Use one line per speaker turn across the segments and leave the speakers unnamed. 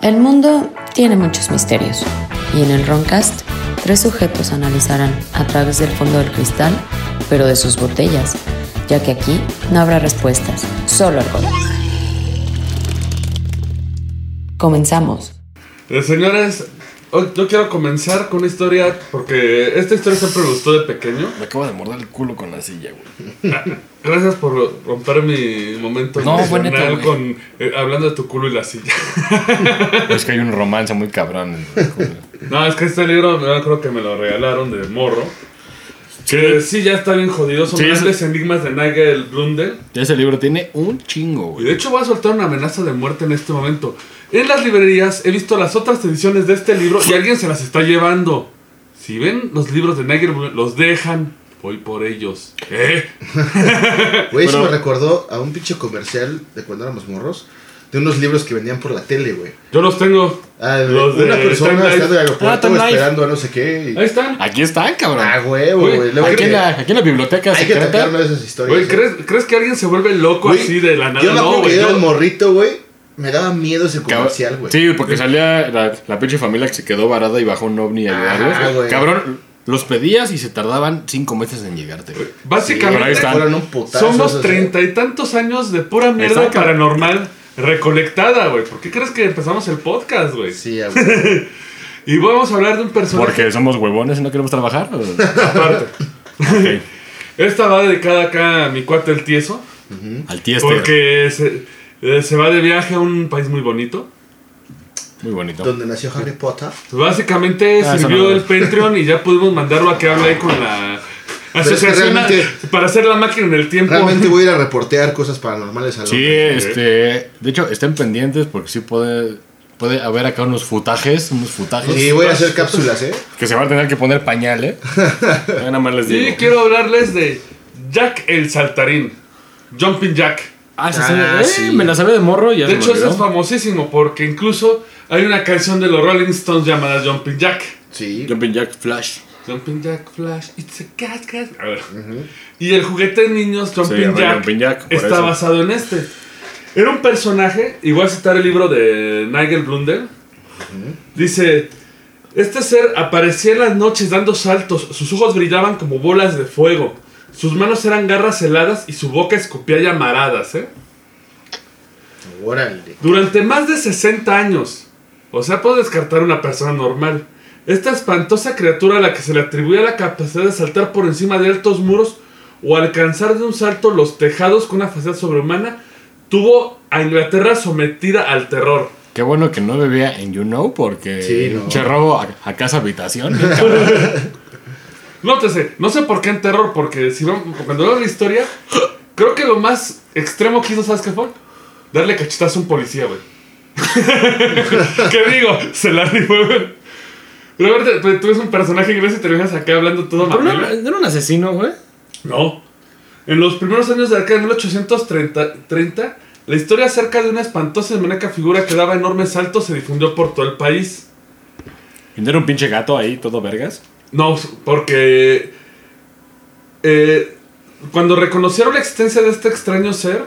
El mundo tiene muchos misterios y en el Roncast tres sujetos analizarán a través del fondo del cristal, pero de sus botellas, ya que aquí no habrá respuestas, solo alcohol. Comenzamos.
Eh, señores, hoy- yo quiero comenzar con una historia porque esta historia siempre me gustó de pequeño.
Me acabo de morder el culo con la silla, güey.
Gracias por romper mi momento
No, fue neta,
emocional
güey.
con eh, hablando de tu culo y la silla.
Es que hay un romance muy cabrón. en el culo.
No, es que este libro me creo que me lo regalaron de morro. Que sí, ya está bien jodido. Son
Sí, es-
grandes enigmas de Nigel Blundell.
Ese libro tiene un chingo,
Y
güey.
de hecho voy a soltar una amenaza de muerte en este momento. En las librerías he visto las otras ediciones de este libro y alguien se las está llevando. Si ven los libros de Nigel, Blum, los dejan. Voy por ellos. ¿Eh?
Güey, eso
Pero-
me recordó a un pinche comercial de cuando éramos morros. De unos libros que vendían por la tele, güey.
Yo los tengo.
Ah, de
Los de
una
Time
persona
Life.
está en el
Ah,
aeropuerto
Time Life.
esperando a no sé qué. y-
Ahí están.
Aquí están, cabrón.
Ah, huevo,
Güey,
güey. Luego hay
aquí, en
que,
la, aquí en la biblioteca
hay que
secreta.
tocarnos esas historias.
Güey,
¿no?
¿crees, ¿crees que alguien se vuelve loco
Güey,
así de la nada?
Yo
no,
me acuerdo que
güey.
yo era
yo-
el morrito, güey. Me daba miedo ese
Cab-
comercial, güey.
Sí, porque salía la, la pinche familia que se quedó varada y bajó un ovni a
Ah,
ayudarlos.
güey.
Cabrón, los pedías y se tardaban cinco meses en llegarte, güey. Pero ahí
Básicamente,
está.
Fueron un putazo
somos
esos,
treinta y tantos años de pura mierda
Exacto.
paranormal recolectada, güey. ¿Por qué crees que empezamos el podcast, güey?
güey. Sí, a huevo.
Y vamos a hablar de un personaje.
Porque somos huevones y no queremos trabajar. o-
Aparte.
Ok,
Esta va dedicada acá a mi cuate el tieso.
Al tieste.
Porque se, eh, se va de viaje a un país muy bonito.
Muy bonito.
Donde nació Harry Potter.
Pues Básicamente
Ah, eso
sirvió
no.
el Patreon y ya pudimos mandarlo a que hable ahí con la
es que
asociación a-
realmente-
para hacer la máquina en el tiempo.
Realmente voy a ir a reportear cosas paranormales a
Sí,
Londres.
este. De hecho, estén pendientes porque sí puede. Puede haber acá unos futajes, unos futajes.
Sí, voy a hacer cápsulas, ¿eh?
Que se van a tener que poner pañal, ¿eh? Ya Nada más les digo.
Y quiero hablarles de Jack el Saltarín. Jumping Jack.
Ah, sí,
Ah,
sí.
sí.
Eh, Me la sabe de morro y ya
De
se me
hecho, eso
olvidó.
es famosísimo porque incluso hay una canción de los Rolling Stones llamada Jumping Jack.
Sí.
Jumping Jack Flash.
Jumping Jack Flash, it's a cat, cat. A ver. Y el juguete de niños, Jumping
llama
Jack,
Jumping Jack, por
está
eso.
basado en este. Era un personaje, igual citar el libro de Nigel Blundell. Dice: Este ser aparecía en las noches dando saltos, sus ojos brillaban como bolas de fuego, sus manos eran garras heladas y su boca escupía llamaradas, ¿eh?
Órale.
Durante más de 60 años. O sea, puedo descartar una persona normal. Esta espantosa criatura a la que se le atribuía la capacidad de saltar por encima de altos muros o alcanzar de un salto los tejados con una facilidad sobrehumana, tuvo a Inglaterra sometida al terror.
Qué bueno que no bebía en You Know porque.
Sí, no.
Che robo a, a casa habitación. bien cabrón.
Nótese, no sé por qué en terror, porque si no, cuando veo la historia, creo que lo más extremo que hizo, ¿sabes qué fue? Darle cachetazo a un policía, güey. ¿Qué digo? Se la rifó, güey. Robert, tú- tú eres un personaje inglés y te vienes acá hablando todo
Pero no, eh.
mal.
no era un asesino, güey.
No. En los primeros años de la década de 1830, 30, la historia acerca de una espantosa y demoníaca figura que daba enormes saltos se difundió por todo el país.
Y no era un pinche gato ahí, todo vergas.
No, porque eh, cuando reconocieron la existencia de este extraño ser,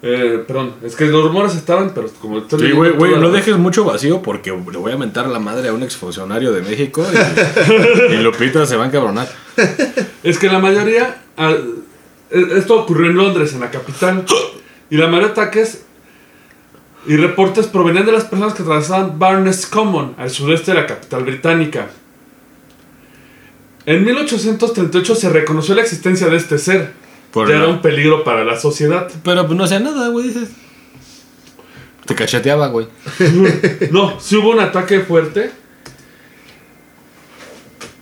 eh, perdón, es que los rumores estaban, pero como estoy
Sí,
leyendo
güey, güey,
toda
no
la-
dejes mucho vacío porque le voy a mentar la madre a un exfuncionario de México y, y Lupita se va a encabronar.
Es que la mayoría, ah, eh, esto ocurrió en Londres, en la capital, y la mayoría de ataques y reportes provenían de las personas que atravesaban Barnes Common, al sudeste de la capital británica. En 1838 se reconoció la existencia de este ser.
Por
ya
la-
era un peligro para la sociedad.
Pero pues no hacía nada, güey, dices. Te cacheteaba, güey.
No, si hubo un ataque fuerte.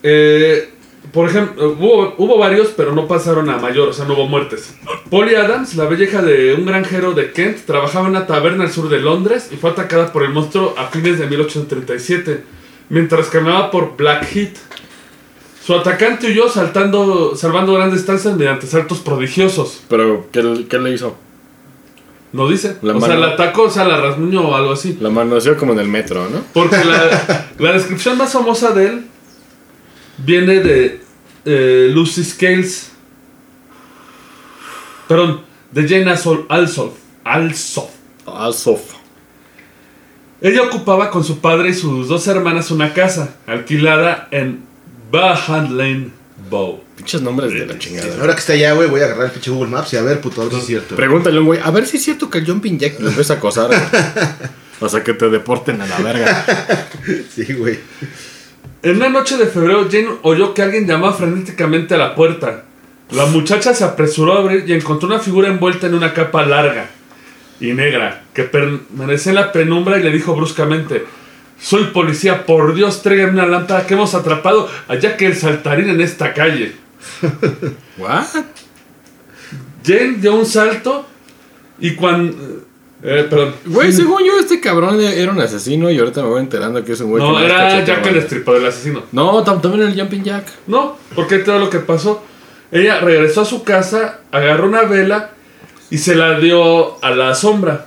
Eh, por ejemplo, hubo, hubo varios, pero no pasaron a mayor, o sea, no hubo muertes. Polly Adams, la bella hija de un granjero de Kent, trabajaba en una taberna al sur de Londres y fue atacada por el monstruo a fines de 1837, mientras caminaba por Blackheath. Su atacante huyó saltando, salvando grandes distancias mediante saltos prodigiosos.
Pero, ¿qué, qué le hizo?
No dice.
La
o sea,
mano.
la atacó, o sea, la rasguñó o algo así.
La manoseó como en el metro, ¿no?
Porque la, la descripción más famosa de él viene de eh, Lucy Scales. Perdón, de Jane Alsop. Alsop. Alsop.
Ah, Alsof.
Ella ocupaba con su padre y sus dos hermanas una casa alquilada en Bahan Lane Bow.
Pinches nombres de la chingada.
Ahora que está allá, güey, voy a agarrar el pinche Google Maps y a ver, puto, a ver si es cierto.
Pregúntale a un güey, a ver si es cierto que el jumping jack lo empieza a acosar. güey. O sea, que te deporten a la verga.
Sí, güey.
En una noche de febrero, Jane oyó que alguien llamaba frenéticamente a la puerta. La muchacha se apresuró a abrir y encontró una figura envuelta en una capa larga y negra que permanecía en la penumbra y le dijo bruscamente: Soy policía, por Dios, tráigame una lámpara que hemos atrapado allá que el saltarín en esta calle.
¿What?
Jane dio un salto y cuando. Eh, perdón.
Güey, según yo, este cabrón era un asesino y ahorita me voy enterando que es un güey
No,
que más
era
cachetea
Jack el
banda.
Estripador, el asesino.
No, tam- también era el jumping jack.
No, porque todo lo que pasó. Ella regresó a su casa, agarró una vela y se la dio a la sombra.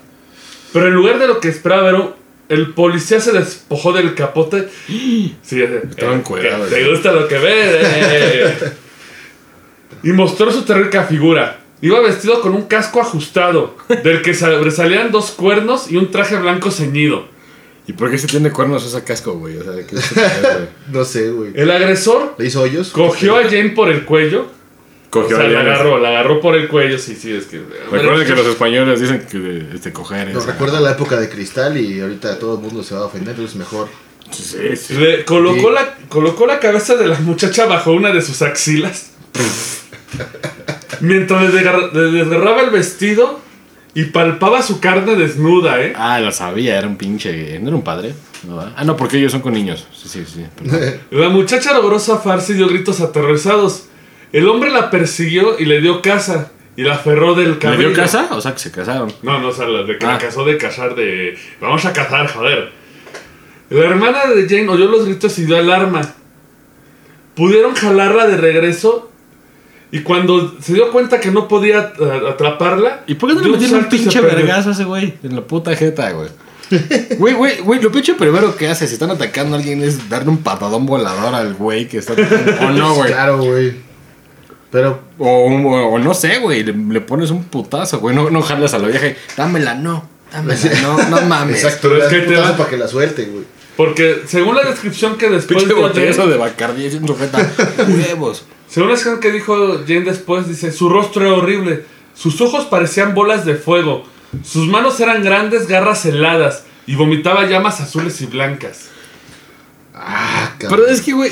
Pero en lugar de lo que esperaba, era un- el policía se despojó del capote. Sí, eh,
Estaba
eh,
encuerado,
que Te
ya.
gusta lo que ves. eh. y mostró su terrífica figura. Iba vestido con un casco ajustado, del que sobresalían dos cuernos y un traje blanco ceñido.
¿Y por qué se tiene cuernos esa casco, güey? O sea, ¿qué es eso, güey?
No sé, güey.
El agresor
¿Le hizo hoyos?
cogió a Jane por el cuello
Cogió
o sea,
a
la
Diana.
agarró, la agarró por el cuello, sí, sí, es que... pues,
Recuerden que los españoles dicen que este, coger es.
Nos recuerda la época de cristal y ahorita todo el mundo se va a ofender, pero es mejor.
Sí, sí.
Le colocó, la, colocó la cabeza de la muchacha bajo una de sus axilas. mientras le, desgarra- le desgarraba el vestido y palpaba su carne desnuda, ¿eh?
Ah, lo sabía, era un pinche. ¿No era un padre? No, ¿verdad? ah, no, porque ellos son con niños. Sí, sí, sí. perdón.
La muchacha logró zafarse y dio gritos aterrorizados. El hombre la persiguió y le dio casa y la aferró del
¿Le
cabello.
dio casa? O sea, que se casaron.
No, no, o sea, la, de, que la
Ah.
casó de cazar de... Vamos a cazar, joder. La hermana de Jane oyó los gritos y dio alarma. Pudieron jalarla de regreso y cuando se dio cuenta que no podía a- atraparla...
¿Y por qué no
dio
le metieron un
salto y se
pinche
perdió.
vergazo a ese güey? En la puta jeta, güey. Güey, güey, güey, lo pinche primero que hace si están atacando a alguien es darle un patadón volador al güey que está. O no, güey.
Claro, güey. Pero
O, un- o- o no sé, güey. Le, le pones un putazo, güey. No, no jalas a la vieja y dámela, no. Dámela, no, no mames.
Exacto,
Pero
le
es
das
que
un
te
putazo
da-
para que la suelte, güey.
Porque según la descripción que después
Pinche
dio
botellazo
Jane-
de Bacardí es un sujeta. Huevos.
Según la descripción que dijo Jane después, dice, su rostro era horrible, sus ojos parecían bolas de fuego, sus manos eran grandes garras heladas y vomitaba llamas azules y blancas.
Ah, cabrón.
Pero es que, güey,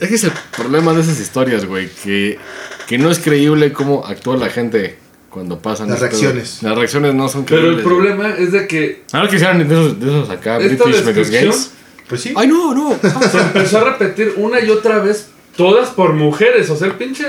es que es el problema de esas historias, güey, que, que no es creíble cómo actúa la gente cuando pasan
Las
esto,
reacciones.
güey. Las reacciones no son
Pero
creíbles.
el problema es de que
Ahora que hicieran de esos, de esos acá,
esta
British medios
descripción
gays.
Pues sí.
Ay, no, no.
se empezó a repetir una y otra vez, todas por mujeres. O sea, el pinche.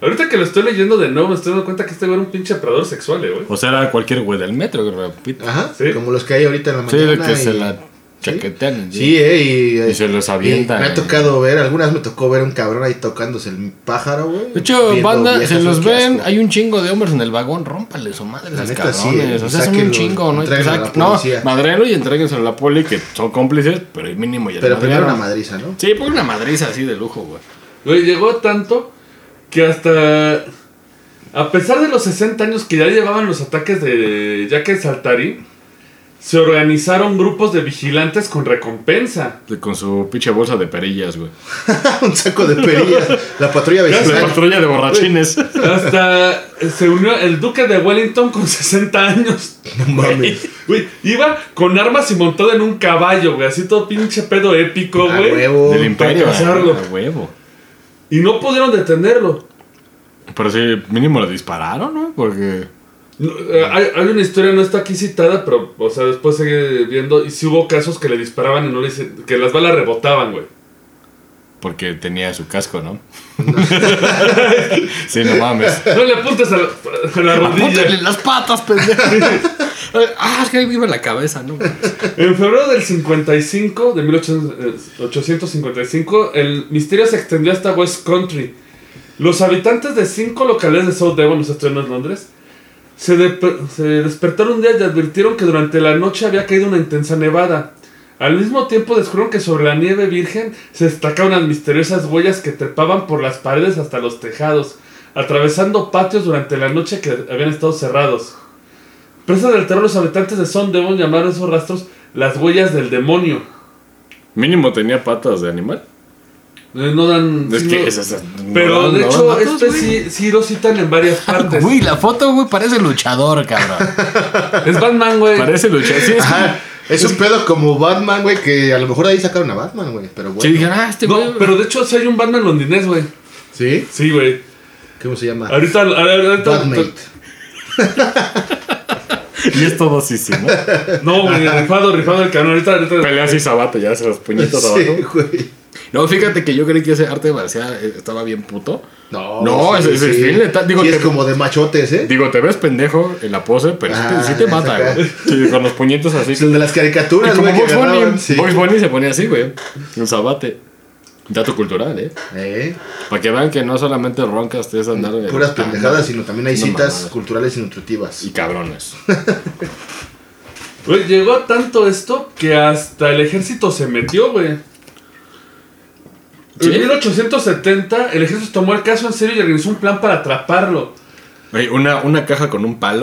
Ahorita que lo estoy leyendo de nuevo, me estoy dando cuenta que este güey era un pinche predador sexual, eh, güey.
O sea, era cualquier güey del metro, que repito.
Ajá.
Sí.
Como los que hay ahorita en la
Sí,
Ah, mañana.
de que
y-
se la chaquetean.
Sí, eh, y,
Y se los avientan,
y me
eh.
ha tocado ver, algunas me tocó ver un cabrón ahí tocándose el pájaro, güey.
De hecho,
viendo
banda,
viejas,
se los
qué
ven,
asco.
hay un chingo de hombres en el vagón, rómpale su madre
La
los
neta, sí,
cabrones.
eh,
o sea, son un
sáquenlo,
chingo, ¿no?
entréguenlo a la
Sac- no,
policía.
madrelo y entréguenselo a la poli, que son cómplices, pero el mínimo ya
Pero
le
primero
madrearon.
una madriza, ¿no?
Sí, por una madriza así de lujo, güey.
Güey, llegó tanto que hasta. A pesar de los 60 años que ya llevaban los ataques de Jack el Saltarín, se organizaron grupos de vigilantes con recompensa.
Con su pinche bolsa de perillas, güey.
un saco de perillas. la patrulla
La
vecinal.
patrulla de borrachines.
Hasta se unió el duque de Wellington con 60 años.
No mames.
Güey, iba con armas y montado en un caballo, güey. Así todo pinche pedo épico,
A
güey.
huevo.
Del imperio.
Oh, para casarlo.
A huevo.
Y no pudieron detenerlo.
Pero sí, mínimo le dispararon, ¿no? Porque.
No, eh, hay, hay una historia, no está aquí citada, pero, o sea, después sigue viendo. Y sí hubo casos que le disparaban y no le hice- que las balas rebotaban, güey.
Porque tenía su casco, ¿no? sí, no mames.
No le apuntes a la, a la
Apúntale
rodilla.
las patas, pendejo. ah, es que ahí vive la cabeza, ¿no?
En febrero del 55, de eh, 1855, el misterio se extendió hasta West Country. Los habitantes de cinco locales de South Devon, los estoy en Londres, se, de- se despertaron un día y advirtieron que durante la noche había caído una intensa nevada. Al mismo tiempo descubrieron que sobre la nieve virgen se destacaban las misteriosas huellas que trepaban por las paredes hasta los tejados, atravesando patios durante la noche que habían estado cerrados. Presa del terror, los habitantes de Son Devon llamaron esos rastros Las huellas del demonio.
Mínimo tenía patas de animal.
Eh, No dan.
Es
sí,
que
no-
es- es- no
pero
dan-
de
no
hecho,
dan datos,
este
güey. Ah,
sí, sí lo citan en varias partes.
Güey, la foto, güey, parece luchador, cabrón.
Es Batman, güey.
Parece luchar. Sí, es que-
Ajá, Ah, es un pedo como Batman, güey, que a lo mejor ahí sacaron a Batman, güey, pero
Si
bueno.
dijeron, ah, este güey.
No, pero de hecho, sí hay un Batman londinés, güey.
¿Sí?
Sí, güey.
¿Cómo se llama?
Ahorita. ahorita
Batmate.
Y es todo así, sí, ¿no?
no, güey, rifado, rifado el canal. Ahorita, ahorita.
Pelea así sabata, ya se los puñitos
Sí,
abajo.
güey.
No, fíjate que yo creí que ese arte marcial eh, estaba bien puto.
No,
No, es- es- es bien letal, digo,
sí es
te-
como de machotes, ¿eh?
Digo, te ves pendejo en la pose, pero sí te-
Ah,
sí te mata,
saca.
güey. Sí, con los puñitos así.
Es el de las
Y
caricaturas,
como
güey, que
Box Bunny,
agarraban. Sí.
Bugs Bunny se ponía así, güey. Un sabate. Dato cultural, ¿eh?
¿Eh?
Para que vean que no solamente roncas, ustedes andar en-
Puras pendejadas, sino también hay
Una
citas
mamada.
culturales y nutritivas.
Ah, Y cabrones.
Güey, llegó a tanto esto que hasta el ejército se metió, güey.
¿Sí?
En 1870, el ejército tomó el caso en serio y organizó un plan para atraparlo.
Güey, una, una caja con un palo,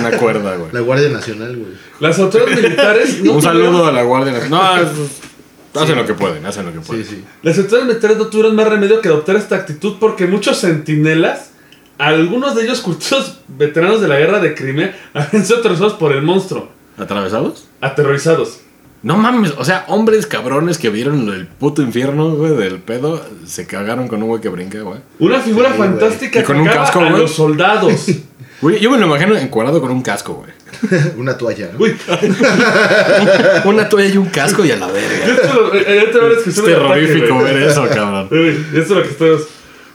una cuerda, güey.
La Guardia Nacional, güey.
Las autoridades militares. no tuvieron-
Un saludo a la guardia. Nacional. No, es- hacen lo que pueden, hacen lo que
Sí,
pueden.
sí.
Las autoridades militares no tuvieron más remedio que adoptar esta actitud porque muchos centinelas, algunos de ellos cultos veteranos de la guerra de Crimea, habían sido aterrorizados por el monstruo.
¿Atravesados?
Aterrorizados.
No mames, o sea, hombres cabrones que vieron el puto infierno, güey, del pedo, se cagaron con un güey que brinca, güey.
Una figura
Sí, güey.
fantástica
Y con un
atacaba
casco,
a
güey.
los soldados.
Güey, yo me lo imagino encuadrado con un casco, güey.
Una toalla, ¿no?
Uy,
Una toalla y un casco y a la verga.
esto lo- eh, eh, te voy a
Es
describir el ataque,
terrorífico
güey.
ver eso, cabrón.
Uy, Esto es lo que estoy...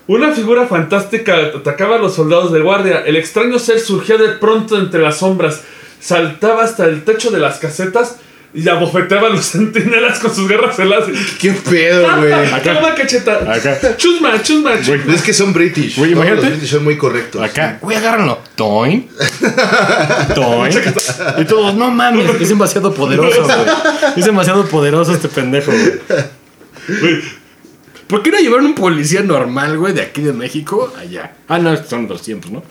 Una figura fantástica atacaba a los soldados de guardia. El extraño ser surgía de pronto entre las sombras, saltaba hasta el techo de las casetas y abofeteaba a los centinelas con sus garras heladas.
¿Qué pedo, güey?
Acá.
Toma cacheta.
Acá.
Chusma, chusma, chusma.
Güey,
Es que son british.
Güey,
Todos
imagínate.
Los british son muy correctos.
Acá, güey, agárrenlo. Toin. Toin. Y todos, no mames, es demasiado poderoso, güey. Es demasiado poderoso este pendejo, güey. ¿Por qué no llevaron un policía normal, güey, de aquí de México allá? Ah, no, son los tiempos, ¿no?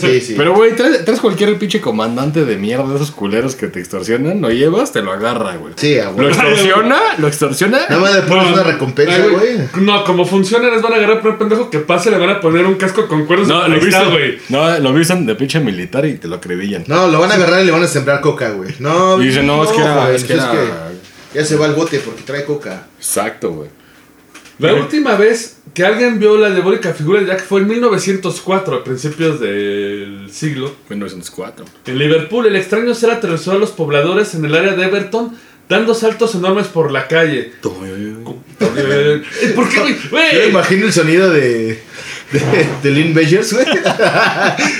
Sí, sí.
Pero, güey, traes, traes cualquier pinche comandante de mierda de esos culeros que te extorsionan, lo llevas, te lo agarra, güey.
Sí, a
Lo
huevo.
extorsiona, lo extorsiona.
Nada más le pones
No,
una
no.
recompensa,
Ay,
güey.
No, como funcionan, les van a agarrar por un pendejo que pase, le van a poner un casco con cuerdas.
No, lo
Ahí está,
visten,
güey.
no, lo visten de pinche militar y te lo acribillan.
No, lo van a agarrar y le van a sembrar coca, güey. No,
Y dice, no, es que era-
güey,
es que era-
que ya se va al bote porque trae coca.
Exacto, güey.
La última vez que alguien vio la diabólica figura de Jack fue en 1904, a principios del siglo.
1904.
En Liverpool, el extraño ser aterrizó a los pobladores en el área de Everton, dando saltos enormes por la calle. Eh, ¿Por qué, güey?
Yo me
güey?
imagino el sonido de. de, de Lynn Bellers, güey.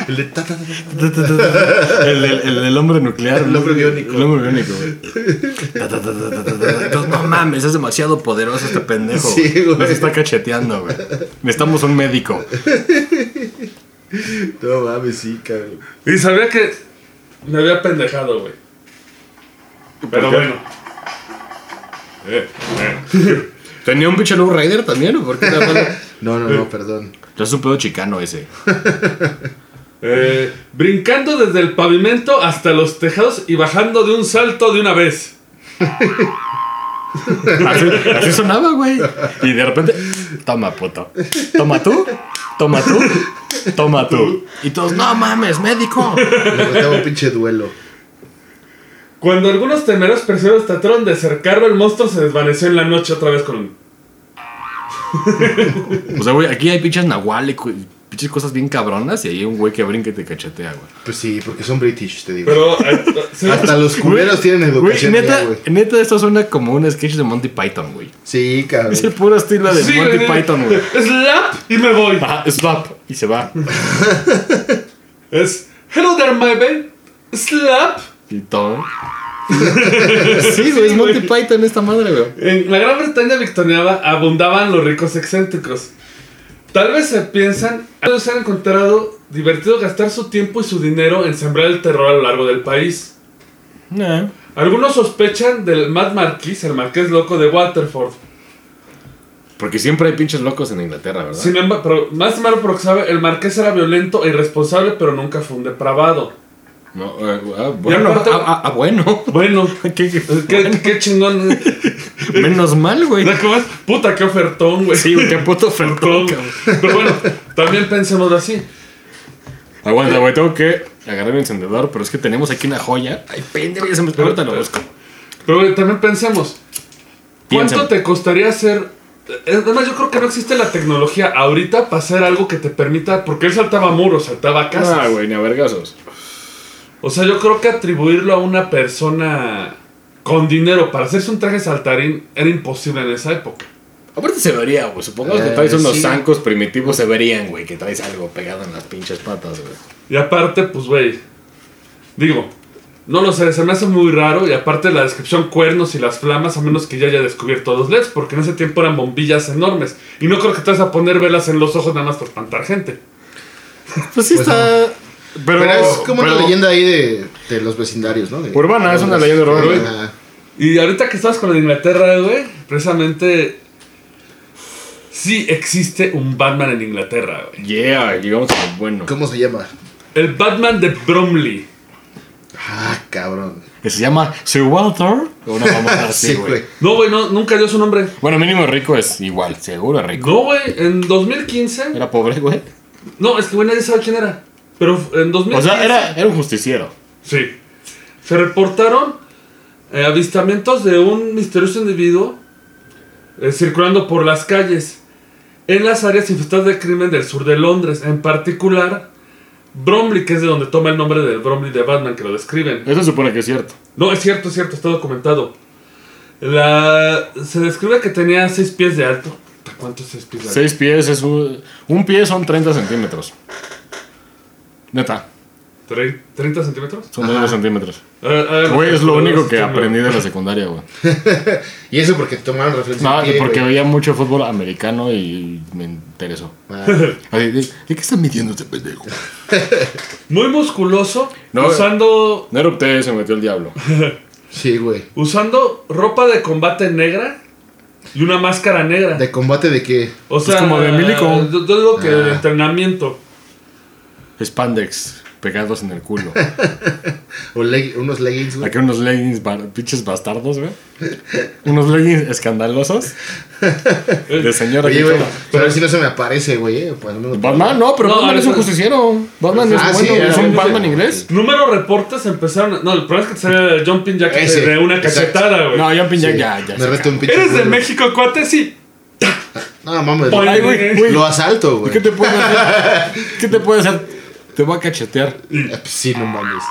El de ta, ta, ta, ta.
El, del- el del hombre nuclear.
El
¿no?
hombre biónico.
El hombre biónico, güey. Ta, ta, ta, ta, ta, ta, ta. Entonces, no mames, es demasiado poderoso este pendejo.
Sí, güey.
Nos está cacheteando, güey. Necesitamos un médico.
No mames, sí, cabrón.
Y sabía que me había pendejado, güey. Pero
qué?
bueno.
¿Tenía un pinche Low Rider también? ¿o ¿Por qué?
No, no, no, perdón.
Ya es un pedo chicano ese.
Eh, brincando desde el pavimento hasta los tejados y bajando de un salto de una vez.
Así, así sonaba, güey. Y de repente, toma, puto. Toma tú, toma tú, toma tú. Y todos, no mames, médico.
Me faltaba un pinche duelo.
Cuando algunos temeros personas trataron de acercarlo, el monstruo se desvaneció en la noche otra vez con un...
O sea, güey, aquí hay pinches nahuales, güey, pinches cosas bien cabronas y ahí hay un güey que brinca y te cachetea, güey.
Pues sí, porque son british, te digo.
Pero... eh, se-
Hasta los culeros tienen
Güey,
educación, ya,
neta,
güey.
neta, esto suena como un sketch de Monty Python, güey.
Sí, cabrón.
Es el puro estilo de
Sí,
Monty
güey.
Python, güey.
Slap y me voy.
Ajá, slap, y se va.
Es... Hello there, my babe. Slap.
Y todo. Sí, güey, es Monty Python esta madre, güey.
En la Gran Bretaña victoriana abundaban los ricos excéntricos. Tal vez se piensan, ellos se han encontrado divertido gastar su tiempo y su dinero en sembrar el terror a lo largo del país.
Nah.
Algunos sospechan del Mad Marquis, el marqués loco de Waterford.
Porque siempre hay pinches locos en Inglaterra, ¿verdad?
Sin embargo, pero más malo porque sabe, el marqués era violento e irresponsable, pero nunca fue un depravado.
No, eh, ah, bueno,
aparte-
ah, ah, ah, bueno.
Bueno,
¿Qué- qué-
qué, qué chingón.
Menos mal, güey.
¿No comes? Puta, qué ofertón, güey.
Sí, güey, qué puto
Ofertón.
ofertón, cabrón.
Pero bueno, también pensemos así.
Aguanta, güey, tengo que agarrar el encendedor, pero es que tenemos aquí una joya. Ay, pendejo, ya se me Ahorita lo busco.
Pero güey, también pensemos. ¿Cuánto
Piensa.
te costaría hacer? eh, Es es más, yo creo que no existe la tecnología ahorita para hacer algo que te permita. Porque él saltaba muros, saltaba casas.
Ah, güey, ni a vergazos.
O sea, yo creo que atribuirlo a una persona con dinero para hacerse un traje saltarín era imposible en esa época.
Aparte se vería, güey. Supongamos que
Eh,
traes unos
sí.
zancos primitivos, se verían, güey, que traes algo pegado en las pinches patas, güey.
Y aparte, pues, güey. Digo, no lo sé, se me hace muy raro. Y aparte, la descripción cuernos y las flamas, a menos que ya haya descubierto los LEDs, porque en ese tiempo eran bombillas enormes. Y no creo que te vas a poner velas en los ojos nada más por espantar gente.
Pues sí está. Pero,
Pero, es como
pero-
una leyenda ahí de, de los vecindarios, ¿no? De-
Urbana, es una leyenda urbana, güey.
Ajá.
Y ahorita que estás con la de Inglaterra, güey, precisamente. Sí existe un Batman en Inglaterra, güey.
Yeah, llegamos a lo bueno.
¿Cómo se llama?
El Batman de Bromley.
Ah, cabrón.
Que se llama Sir Walter. Una famosa así, güey.
No, güey, no, nunca dio su nombre.
bueno, mínimo rico es igual, seguro rico.
No, güey, en 2015.
Era pobre, güey.
No, es que, güey, nadie sabe quién era. Pero en 2015.
O sea, era, era un justiciero.
Sí. Se reportaron eh, avistamientos de un misterioso individuo eh, circulando por las calles en las áreas infestadas de crimen del sur de Londres, en particular Bromley, que es de donde toma el nombre del Bromley de Batman, que lo describen.
Eso supone que es cierto.
No, es cierto, es cierto, está documentado. La... Se describe que tenía 6 pies de alto. ¿Cuánto es 6 pies de alto?
Seis pies es un. Un pie son 30 centímetros. Neta,
Tre- ¿30 centímetros?
son 9 centímetros.
A ver, a ver,
Güey, es lo
a ver,
único que
sí, güey.
aprendí de la secundaria, güey.
Y eso porque te tomaron referencia.
No,
a ti,
porque
güey.
veía mucho fútbol americano y me interesó.
Ah,
Así, ¿de, de qué está midiendo este pendejo?
Muy musculoso,
No,
usando
No erupté, se metió el diablo.
sí, güey.
Usando ropa de combate negra y una máscara negra.
¿De combate de qué?
o sea,
Pues como de milico.
Yo, yo digo que de
Ah.
entrenamiento.
Spandex, pegados en el culo.
O leg- unos leggings, güey.
Aquí unos leggings, bar- pinches bastardos, güey. Unos leggings escandalosos. De señora
Oye,
que
güey,
chula.
pero a ver si no se me aparece, güey. eh, pues, al menos-
Batman, no, pero
No,
Batman es un
ahorita-
justiciero. Batman es
Ah, sí,
bueno,
era
es
bueno,
un
sí.
Batman inglés.
Número reportes empezaron. No, el problema es que te sale el jumping jack
Ese,
de una
exacto.
cachetada, güey.
No, ya
Sí,
pinche, ya, ya.
Me
se
reto un pinche.
¿Eres de
culo.
México, cuate? Sí.
No, mames.
Pon-
Ay, güey, güey,
Lo asalto, güey.
¿Qué te puede hacer? ¿Qué te puede hacer? Te voy a cachetear.
Ah, pues Sí, no mames.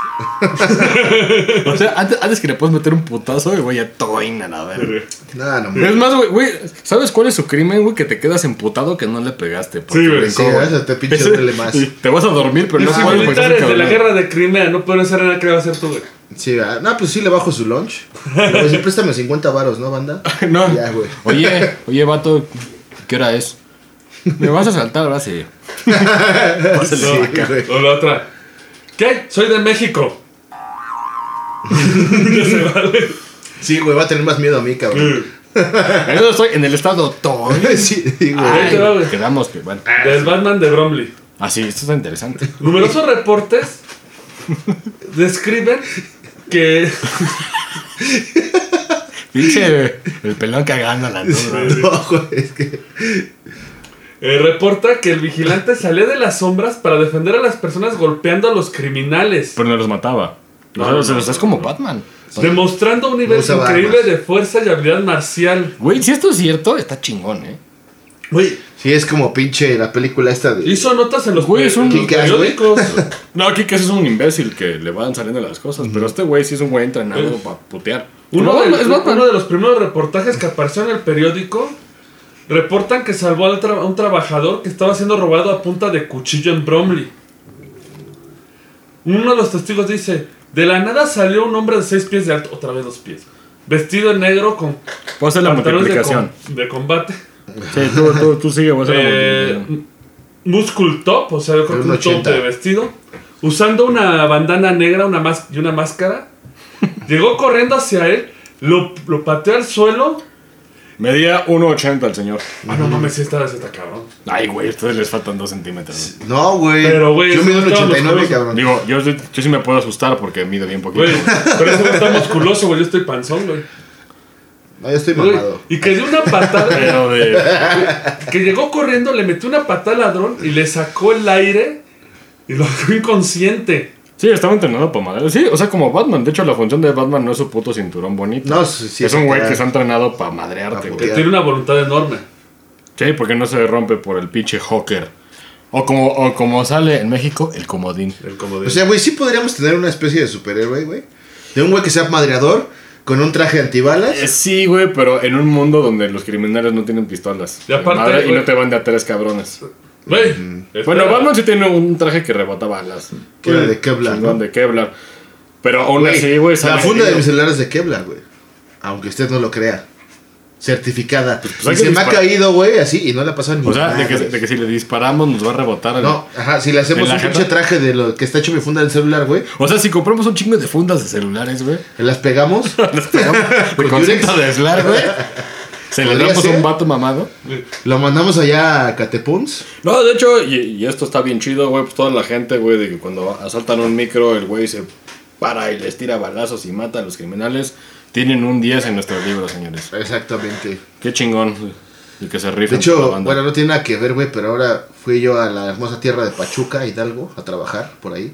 O sea, antes, antes que le puedes meter un putazo, el güey, ya toina la verga.
No, no
Es
mames.
más, güey, güey, ¿sabes cuál es su crimen, güey? Que te quedas emputado que no le pegaste. porque
Sí, güey.
brincó,
Sí, a veces te pinche
Ese-
duele más.
y Te vas a dormir, pero no
Los
pues,
puedes porque
militares
estás
de la
encabronado.
guerra de Crimea no pueden hacer nada que va a hacer tú, güey.
Sí, ah, no, pues sí le bajo su lunch. Le voy a decir, préstame 50 varos, ¿no, banda?
No.
Ya, güey.
Oye, oye, vato, ¿qué hora es? Me vas a saltar ahora sí.
Sí, güey.
O la otra. ¿Qué? Soy de México.
Sí, güey, va a tener más miedo a mí, cabrón.
Yo estoy en el estado todo.
Sí, güey.
Ahí te va, güey.
Quedamos que, bueno.
Del Batman de Bromley.
Así, esto está interesante.
Numerosos reportes describen que eh,
Dice el pelón cagando la altura.
No, güey, es que.
eh, reporta que el vigilante salía de las sombras para defender a las personas golpeando a los criminales,
Pero no los mataba.
No,
No, no,
no.
es como Batman.
demostrando un
No
nivel
usaba
increíble
armas.
de fuerza y habilidad marcial.
Güey, si esto es cierto, está chingón, ¿eh?
Güey,
Sí, es como pinche la película esta de.
hizo notas en los,
Güey, es un
en los
kick-ass, güey.
periódicos.
No, aquí que ese es un imbécil que le van saliendo las cosas, pero este güey sí es un güey entrenado
Eh.
para putear.
Uno,
No,
de,
no, es Batman.
uno de los primeros reportajes que apareció en el periódico reportan que salvó al tra- a un trabajador que estaba siendo robado a punta de cuchillo en Bromley. Uno de los testigos dice, de la nada salió un hombre de seis pies de alto, otra vez dos pies, vestido en negro con
Voy a hacer la
pantalones de, com-
multiplicación.
de combate,
Sí, tú, tú, tú sigue, voy a hacer la
eh,
multiplicación.
muscle top, o sea, yo creo
Un
que un top
80.
de vestido, usando una bandana negra una más- y una máscara, llegó corriendo hacia él, lo, lo pateó al suelo
Medía 1.80 el señor.
Ah, no mames, sí está está cabrón.
Ay, güey, a ustedes les faltan 2 centímetros. ¿no?
No, güey.
Pero, güey,
Yo mido un
estábamos
89,
jugando-
cabrón.
Digo, yo, soy- yo sí me puedo asustar porque mido bien poquito.
Güey, pero ese güey está musculoso, güey. Yo estoy panzón, güey.
No, yo estoy
Güey,
mamado.
Y que dio una patada.
Pero de.
que llegó corriendo, le metió una patada al ladrón y le sacó el aire y lo dejó inconsciente.
Sí, estaba entrenado para madrear. Sí, o sea, como Batman. De hecho, la función de Batman no es su puto cinturón bonito.
No, sí, sí,
es un güey
claro.
que está entrenado para
Pa'
madrearte, güey.
putear.
Tiene una voluntad enorme.
Sí, porque no se rompe por el pinche hawker. O como, o como sale en México, el comodín.
El comodín.
O sea, güey, Pues sí podríamos tener una especie de superhéroe, güey. De un güey que sea madreador, con un traje antibalas.
Eh, Sí, güey, pero en un mundo donde los criminales no tienen pistolas.
Y aparte,
Madre, y
güey-
no te van de a tres cabrones.
Güey, espera.
Bueno, Batman sí tiene un traje que rebota balas.
Que era de Kevlar,
Chingón
¿no?
de Kevlar. Pero aún
Güey,
así, güey,
La
sale
funda de
herido.
mi celular es de Kevlar, güey. Aunque usted no lo crea. Certificada.
Pues, hay que
y se me ha
disparar.
caído, güey, así, y no le ha pasado ni
O sea, de que,
madres.
de que si le disparamos nos va a rebotar. el-
No, ajá, si le hacemos
¿En la
un pinche
jeta?
traje de lo que está hecho mi funda del celular, güey,
O sea, si compramos un chingo de fundas de celulares, güey.
las pegamos.
De
Con
concepto
Durex.
de Slar, güey. Se le
¿Podría
damos
ser?
un vato mamado.
Lo mandamos allá a Catepuns.
No, de hecho, y, y esto está bien chido, güey. Pues toda la gente, güey, de que cuando asaltan un micro, el güey se para y les tira balazos y mata a los criminales. Tienen un 10 en nuestros libros, señores.
Exactamente.
Qué chingón. El que se rifa.
De hecho, bueno, no tiene nada que ver, güey, pero ahora fui yo a la hermosa tierra de Pachuca, Hidalgo, a trabajar por ahí.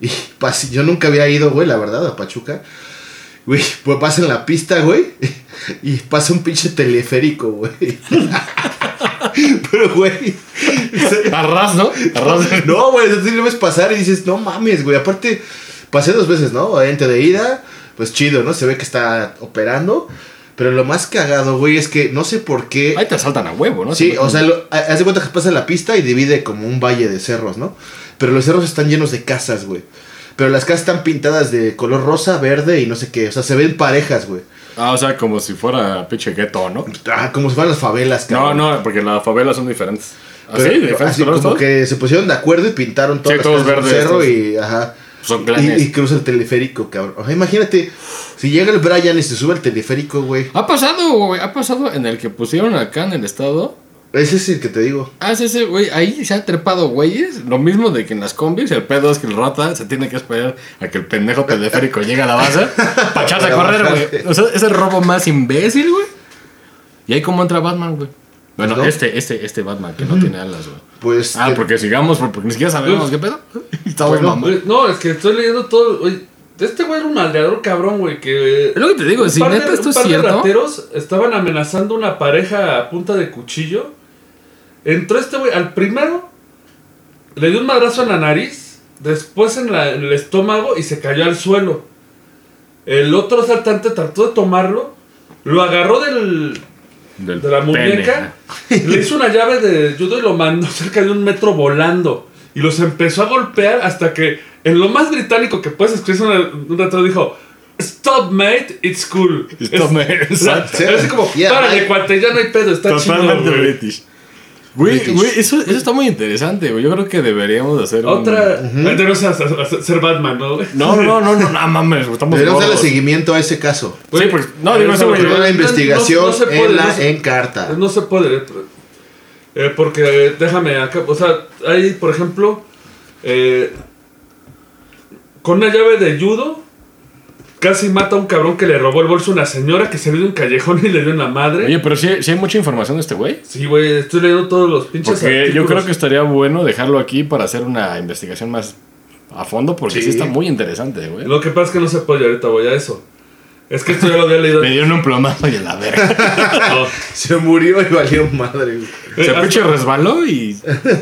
Y pas- yo nunca había ido, güey, la verdad, a Pachuca. Güey, pues pasa en la pista, güey, y pasa un pinche teleférico, güey. pero, güey,
Arras, ¿no? Arras.
no, güey, tú lo ves pasar y dices, no mames, güey. Aparte, pasé dos veces, ¿no? Obviamente de ida, pues chido, ¿no? Se ve que está operando. Pero lo más cagado, güey, es que no sé por qué.
Ahí te asaltan a huevo, ¿no?
Sí, o sea, lo- ha- haz de cuenta que pasa la pista y divide como un valle de cerros, ¿no? Pero los cerros están llenos de casas, güey. Pero las casas están pintadas de color rosa, verde y no sé qué. O sea, se ven parejas, güey.
Ah, o sea, como si fuera pinche gueto, ¿no?
Ah, como si fueran las favelas,
No,
cabrón.
no, porque las favelas son diferentes. ¿Ah,
Pero-
sí? ¿Diferentes
así
colores
como
todos?
que se pusieron de acuerdo y pintaron
Sí,
todas las
todos
casas de un
verdes,
cerro
todos.
y, ajá.
Son
Y,
clanes.
y cruza el teleférico, cabrón. O sea, imagínate, si llega el Brian y se sube al teleférico, güey.
Ha pasado, güey. Ha pasado en el que pusieron acá en el estado.
Ese es el que te digo.
Ah, sí, sí, güey. Ahí se ha trepado, güeyes. Lo mismo de que en las combis. El pedo es que el rata se tiene que esperar a que el pendejo teleférico llegue a la base. Para echarse a
Para
correr,
bajarse.
güey. O sea, es el robo más imbécil, güey. Y ahí como entra Batman, güey. Bueno,
¿No?
este, este, este Batman que no tiene alas, güey.
Pues.
Ah,
te-
porque sigamos, porque ni siquiera sabemos qué pedo. Estamos
Bueno,
mamando.
Güey, No, es que estoy leyendo todo. güey. Este güey era un aldeador cabrón, güey. Que. eh,
Es lo que te digo,
Un
si
par de-
neta esto
un
es
par de
cierto.
rateros estaban amenazando una pareja a punta de cuchillo. Entró este güey al primero, le dio un madrazo en la nariz, después en, la- en el estómago y se cayó al suelo. El otro asaltante trató de tomarlo, lo agarró del,
Del
de la
pene.
muñeca, le hizo una llave de judo y lo mandó cerca de un metro volando. Y los empezó a golpear hasta que, en lo más británico que puedes escribir, un, un ratero dijo: Stop, mate, it's cool.
Stop, mate, exacto.
Es como,
Yeah,
párale,
mate.
cuate, ya no hay pedo, está
Totalmente
chido. güey".
british. Güey,
British.
güey, eso, eso está muy interesante, güey. Yo creo que deberíamos hacer un-
Otra. no ser Batman, ¿no? güey?
No, no, no, no, no mames, güey, estamos
Deberíamos darle
gordos.
seguimiento a ese caso.
Sí, porque no, digo, ese güey
Toda
No,
la
no,
investigación
no se puede,
en la
no se-
encarta.
No se puede. eh, eh, porque eh, déjame acá. O sea, hay, por ejemplo, eh, con una llave de judo, casi mata a un cabrón que le robó el bolso a una señora que se vio de un callejón y le dio en la madre.
Oye, pero sí, sí hay mucha información de este güey.
Sí, güey, estoy leyendo todos los pinches.
Porque yo
artículos.
creo que estaría bueno dejarlo aquí para hacer una investigación más a fondo, porque sí,
Sí.
está muy interesante, güey.
Lo que pasa es que no se puede, y ahorita voy a eso. Es que esto ya lo había leído.
Me dieron un plomazo y a la verga.
No.
Se murió y valió madre, güey.
Se pinche resbaló y.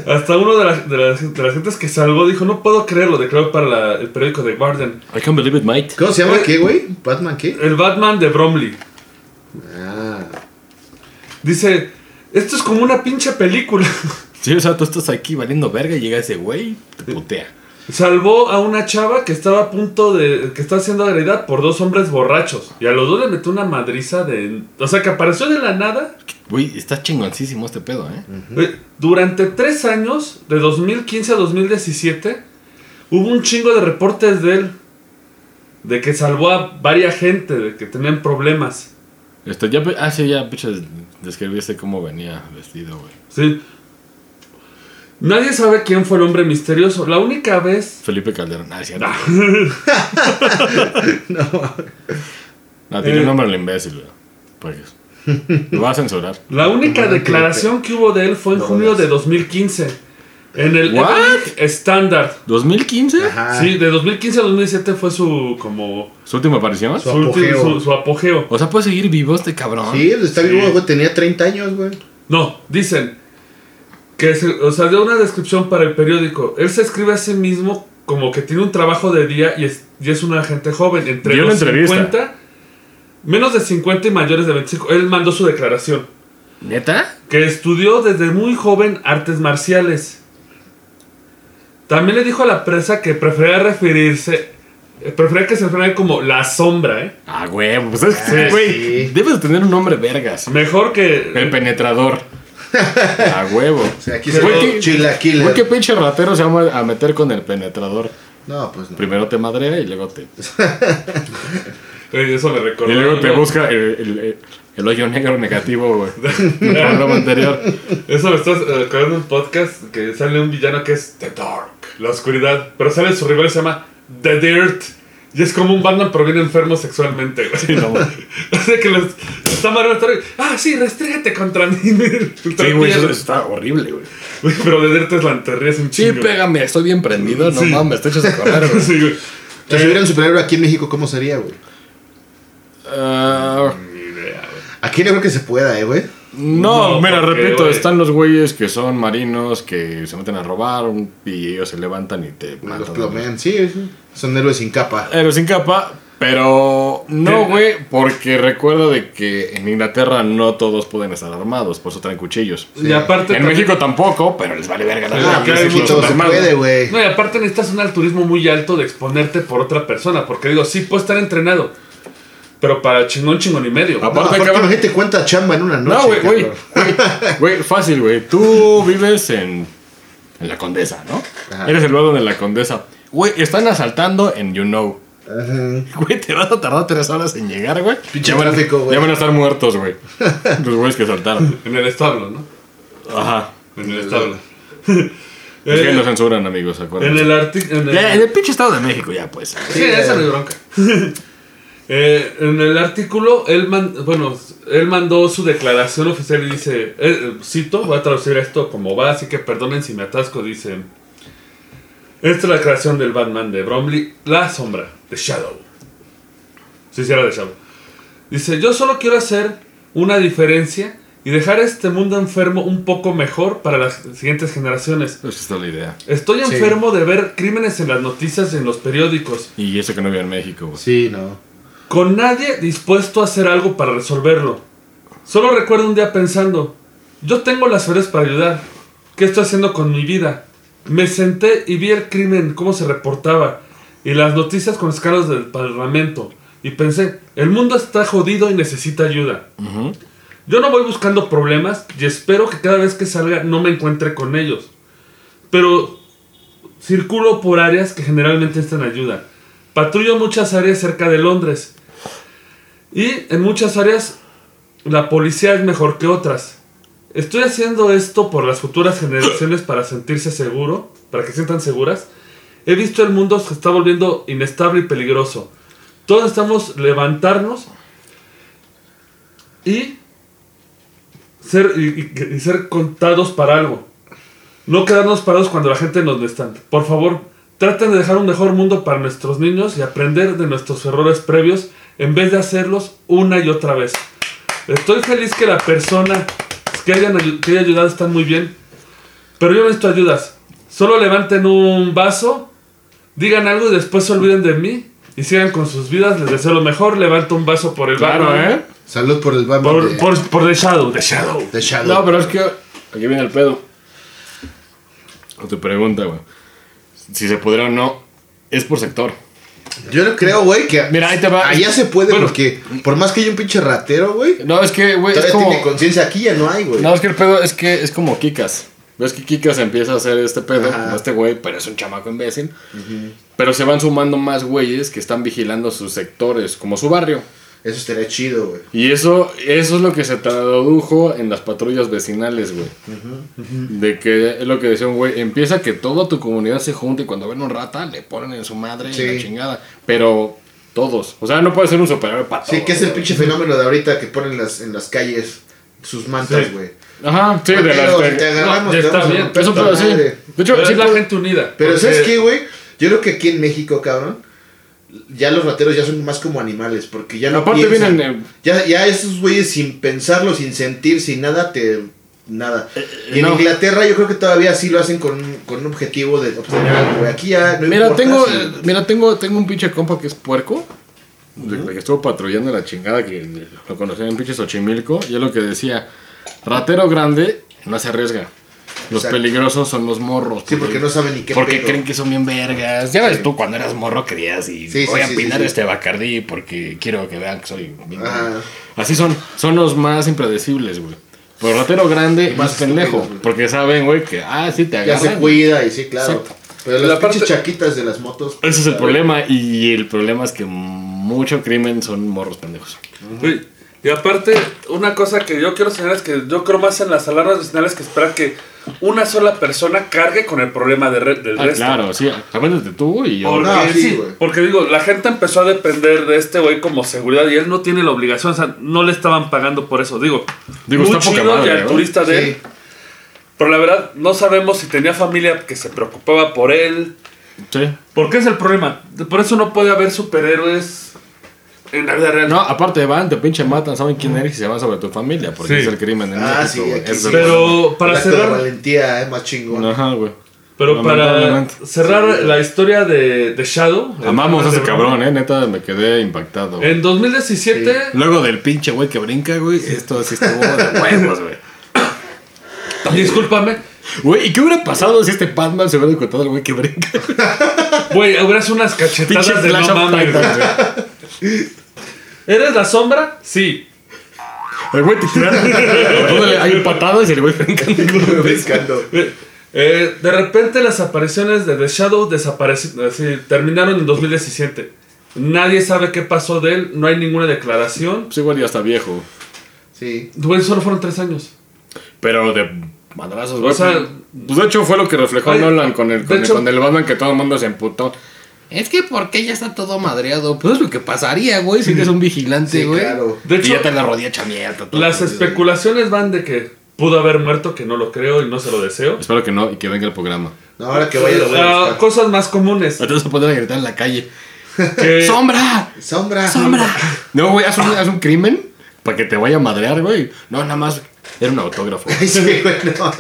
Hasta uno de las, de, las, de las gentes que salvó dijo, no puedo creerlo, declaró para la- el periódico The Guardian.
I can't believe it, mate.
¿Cómo se llama qué, güey? ¿Batman qué?
El Batman de Bromley.
Ah.
Dice, esto es como una pinche película.
Sí, o sea, tú estás aquí valiendo verga y llega ese güey, te putea.
Salvó a una chava que estaba a punto de... que está siendo agredida por dos hombres borrachos. Y a los dos le metió una madriza de... O sea, que apareció de la nada.
Güey, está chingoncísimo este pedo, ¿eh?
Eh, Durante tres años, de 2015 a 2017, hubo un chingo de reportes de él. De que salvó a varias gente, de que tenían problemas.
Este, ya, pe- ah, sí, ya, pinche, describiste cómo venía vestido, güey.
Sí. Nadie sabe quién fue el hombre misterioso. La única vez.
Felipe Calderón. Ah, es cierto.
Ah.
No,
No, tiene
Eh.
un nombre el imbécil, güey. Pues, Lo va a censurar.
La única declaración que hubo de él fue en
No
junio
jodas.
de 2015. En el
What?
Evening Standard.
¿2015?
ajá.
Sí, de 2015 a 2017 fue su como
¿Su última aparición?
Su
su, ulti-
apogeo.
su- su apogeo.
O sea, puede seguir vivo este cabrón.
Sí, está vivo, güey. Tenía 30 años, güey.
No, dicen que se, o sea, dio una descripción para el periódico. Él se escribe a sí mismo como que tiene un trabajo de día y es, y es una gente joven entre
Dio una
los
entrevista.
50 menos de 50 y mayores de 25. Él mandó su declaración
¿Neta?
que estudió desde muy joven artes marciales. También le dijo a la prensa que prefería referirse eh, prefería que se refería como la sombra, ¿eh?
Ah, güey, pues es
Ah,
que, güey,
sí.
debes de tener un nombre vergas.
Mejor que eh,
El penetrador. A huevo.
O sea, aquí
Güey,
se
qué-
ve chilaquiles.
Güey, qué pinche ratero se va a meter con el penetrador.
No, pues no.
Primero te madrea y luego te.
Eh, Eso me recordó.
Y luego te
¿no?
busca el, el- el- el hoyo negro negativo, güey. El programa anterior.
Eso me estás eh, acordando de un podcast que sale un villano que es The Dark, la oscuridad. Pero sale su rival y se llama The Dirt. Y es como un Batman, pero bien enfermo sexualmente, güey.
no, güey.
Así que los, está mal, está bien. Ah, sí, restrégate contra mí. contra
Sí,
mí".
güey, eso está horrible, güey.
Güey, Pero The Dirt es la anterría, es un
Sí,
chingo.
pégame, estoy bien prendido. No
Sí.
mames, te echas a correr, güey.
Sí, güey.
Entonces, si hubiera un superhéroe aquí en México, ¿cómo sería, güey?
Ah,
Ni idea, güey.
Aquí no creo que se pueda, eh, güey.
No,
No,
mira,
porque,
repito,
güey.
están los güeyes que son marinos, que se meten a robar un- y ellos se levantan y te matan.
Los plomean, sí, sí. Son héroes sin capa.
Pero sin capa, pero no,
Tiene-
güey, porque recuerdo de que en Inglaterra no todos pueden estar armados, por eso traen cuchillos.
Y aparte.
En
también-
México tampoco, pero les vale verga. la
Sí,
verdad,
Ah,
aquí
pues
hay
sí,
aquí
mucho
todo
los
se
armados.
puede, güey.
No, y aparte necesitas un alturismo muy alto de exponerte por otra persona. Porque digo, sí, puedes estar entrenado. Pero para chingón, chingón y medio.
Ah,
No, aparte,
cabrón.
la gente cuenta chamba en una noche.
No, güey, güey,
cabrón.
güey, güey, fácil, güey. Tú vives en, en la Condesa, ¿no?
Ajá.
Eres el barrio de la Condesa. Güey, están asaltando en You Know.
Ajá.
Güey, te vas a tardar tres horas en llegar, güey.
Pinche
Ya van a-
tráfico, güey.
Ya van a estar muertos, güey. Los güeyes que saltaron.
En el establo, ¿no?
Ajá.
En el establo.
Es que
Eh,
lo censuran, amigos,
en
acuérdense.
el artículo.
Ya, en el pinche Estado de México, ya, pues.
Sí, esa no hay bronca. Eh, en el artículo, él, man- bueno, él mandó su declaración oficial y dice, eh, cito, voy a traducir esto como va, así que perdonen si me atasco, dice, esta es la creación del Batman de Bromley, La Sombra, The Shadow. Si hiciera The Shadow. Dice, yo solo quiero hacer una diferencia y dejar este mundo enfermo un poco mejor para las siguientes generaciones.
Esa es toda la idea.
Estoy
Sí.
enfermo de ver crímenes en las noticias y en los periódicos
Y eso que no había en México, güey.
Sí, no.
con nadie dispuesto a hacer algo para resolverlo. Solo recuerdo un día pensando, yo tengo las flores para ayudar. ¿Qué estoy haciendo con mi vida? Me senté y vi el crimen, cómo se reportaba, y las noticias con escalos del Parlamento. Y pensé, el mundo está jodido y necesita ayuda. Yo no voy buscando problemas y espero que cada vez que salga no me encuentre con ellos. Pero circulo por áreas que generalmente están en ayuda. Patrullo muchas áreas cerca de Londres. Y en muchas áreas la policía es mejor que otras. Estoy haciendo esto por las futuras generaciones para sentirse seguro, para que se sientan seguras. He visto el mundo se está volviendo inestable y peligroso. Todos estamos levantarnos y ser, y- y- y ser contados para algo. No quedarnos parados cuando la gente nos destante. Por favor, traten de dejar un mejor mundo para nuestros niños y aprender de nuestros errores previos en vez de hacerlos una y otra vez. Estoy feliz que la persona que, hayan, ayu- que haya ayudado están muy bien. Pero yo necesito ayudas. Solo levanten un vaso, digan algo y después se olviden de mí y sigan con sus vidas. Les deseo lo mejor. Levanto un vaso por el
Claro,
Batman.
¿eh?
Salud por el Batman
Por,
de,
por, por The Shadow. The Shadow.
de Shadow.
No, pero es que. Aquí viene el pedo. O te pregunta, güey. Si se podrá o no, es por sector.
Yo no creo, güey, que
Mira, ahí te va.
allá se puede
Bueno.
porque por más que haya un pinche ratero, güey,
No, es que, güey, es
todavía
como.
tiene conciencia. Aquí ya no hay, güey.
No, es que el pedo es que es como Kikas. Ves que Kikas empieza a hacer este pedo,
Ajá.
como este güey, pero es un chamaco imbécil. Pero se van sumando más güeyes que están vigilando sus sectores, como su barrio.
Eso estaría chido, güey.
Y eso, eso es lo que se tradujo en las patrullas vecinales, güey. De que es lo que decían, güey, empieza que toda tu comunidad se junte y cuando ven un rata le ponen en su madre y
Sí.
la chingada. Pero todos. O sea, no puede ser un superhéroe para
Sí,
todos,
que es el
güey.
pinche fenómeno de ahorita que ponen las, en las calles sus mantas,
Sí.
güey.
Ajá, sí, de
Pero
las...
si te agarramos,
No,
te
ya está
vamos a
bien.
romper
Eso
tu
puede ser.
madre.
De hecho,
Pero
sí
es la
puede-
gente unida.
Pero
porque-
¿sabes qué, güey? Yo creo que aquí en México, cabrón, ya los rateros ya son más como animales, porque ya no
Aparte
piensan.
vienen, eh,
Ya, ya esos güeyes sin pensarlo, sin sentir, sin nada, te... Nada. y en
Eh, no.
Inglaterra yo creo que todavía sí lo hacen con, con un objetivo de obtener algo, güey. Aquí ya no
Mira,
importa
tengo,
si-
eh, mira tengo, tengo un pinche compa que es puerco. de- de Que estuvo patrullando la chingada que lo conocía en pinche Xochimilco. Y es lo que decía: ratero grande no se arriesga. Los
Exacto.
peligrosos son los morros.
Sí, porque no saben ni qué
Porque
pedo.
creen que son bien vergas. Ya ves tú, cuando eras morro creías y
Sí, sí,
voy a
sí,
pinar
sí, sí.
este Bacardí porque quiero que vean que soy bien.
Ajá.
Así son, son los más impredecibles, güey. Pero ratero grande,
más
más pendejo.
estúpidos, güey.
Porque saben, güey, que ah, sí te
Ya
agarran.
se cuida y sí, claro.
Exacto.
Pero las
La parte-
pinches chaquitas de las motos...
Ese es el problema y el problema es que mucho crimen son morros pendejos.
Güey, Y aparte, una cosa que yo quiero señalar es que yo creo más en las alarmas vecinales que esperar que una sola persona cargue con el problema de re- del
Ah,
resto.
claro, sí, apréndete tú y yo.
Porque,
No, sí,
sí,
güey.
porque digo, la gente empezó a depender de este güey como seguridad y él no tiene la obligación, o sea, no le estaban pagando por eso. Digo,
Digo,
muy
está poca
chido y
madre, ¿no?
altruista de
Sí.
él, pero la verdad no sabemos si tenía familia que se preocupaba por él,
Sí.
porque es el problema. Por eso no puede haber superhéroes en la vida real.
No, aparte van, te pinche matan, saben quién eres y se van sobre tu familia, porque
Sí.
es el crimen en
Ah,
México,
sí,
güey.
aquí
Ese
sí.
es el
pero para
el acto de
cerrar,
valentía, eh, más chingón.
problema. Ajá, güey.
Pero para
Lamentablemente.
cerrar la historia de, de Shadow.
Amamos a
de
ese
Bruno.
cabrón, eh, neta, me quedé impactado. güey.
En 2017,
Luego del pinche güey que brinca, güey, esto sí estuvo de huevos, güey.
discúlpame,
Güey, ¿y qué hubiera pasado si este Batman se hubiera encontrado al güey que brinca?
güey, hubieras unas
Pinche
cachetadas de
Flash
no
of
mames.
Titans, güey.
¿Eres la sombra? Sí.
El güey te tira- Hay patadas y el güey brincando.
Pero brincando.
Eh, eh, de repente las apariciones de The Shadow desapareci- así, terminaron en 2017. Nadie sabe qué pasó de él, no hay ninguna declaración.
Pues igual ya está viejo.
Sí.
Güey, solo fueron tres años.
Pero de madrazos, güey.
O sea,
pues de hecho fue lo que reflejó
Ay,
Nolan con el,
de
con, el,
hecho-
con el Batman que todo el mundo se emputó. Es que porque ya está todo madreado. Pues es lo que pasaría, güey, si eres un vigilante,
Sí,
güey.
claro.
De hecho,
y ya te la rodilla chamierta. todo.
las especulaciones van de que pudo haber muerto, que no lo creo y no se lo deseo.
Espero que no y que venga el programa.
No, ahora que vaya lo voy a
Ah,
buscar.
cosas más comunes.
No te vas a poner a gritar en la calle.
que-
¡Sombra!
Sombra.
¡Sombra! No, güey, haz un, haz un crimen para que te vaya a madrear, güey. No, nada más. Era un autógrafo.
Ay, sí, güey, no.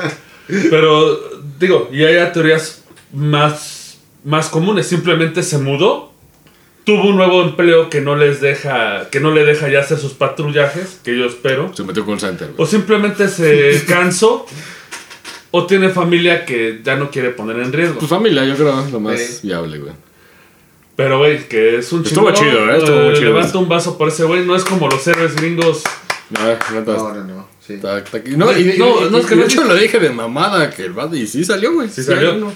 Pero, digo, y hay teorías más, más comunes. Simplemente se mudó, tuvo un nuevo empleo que no les deja, que no le deja ya hacer sus patrullajes, que yo espero.
Se metió con un center, güey.
O simplemente se cansó, o tiene familia que ya no quiere poner en riesgo.
Tu familia, yo creo, es lo más
Sí.
viable, güey.
Pero, güey, que es un
Estuvo
chingón,
chido, eh, estuvo muy chido.
Levanta un vaso por ese güey, no es como los héroes gringos.
No, neta,
No, no, no. Sí.
está- está aquí. No, y,
No,
y-
no, es que
y
no
de
es-
hecho lo dije de mamada que el vato y sí salió, güey.
Sí salió.
no.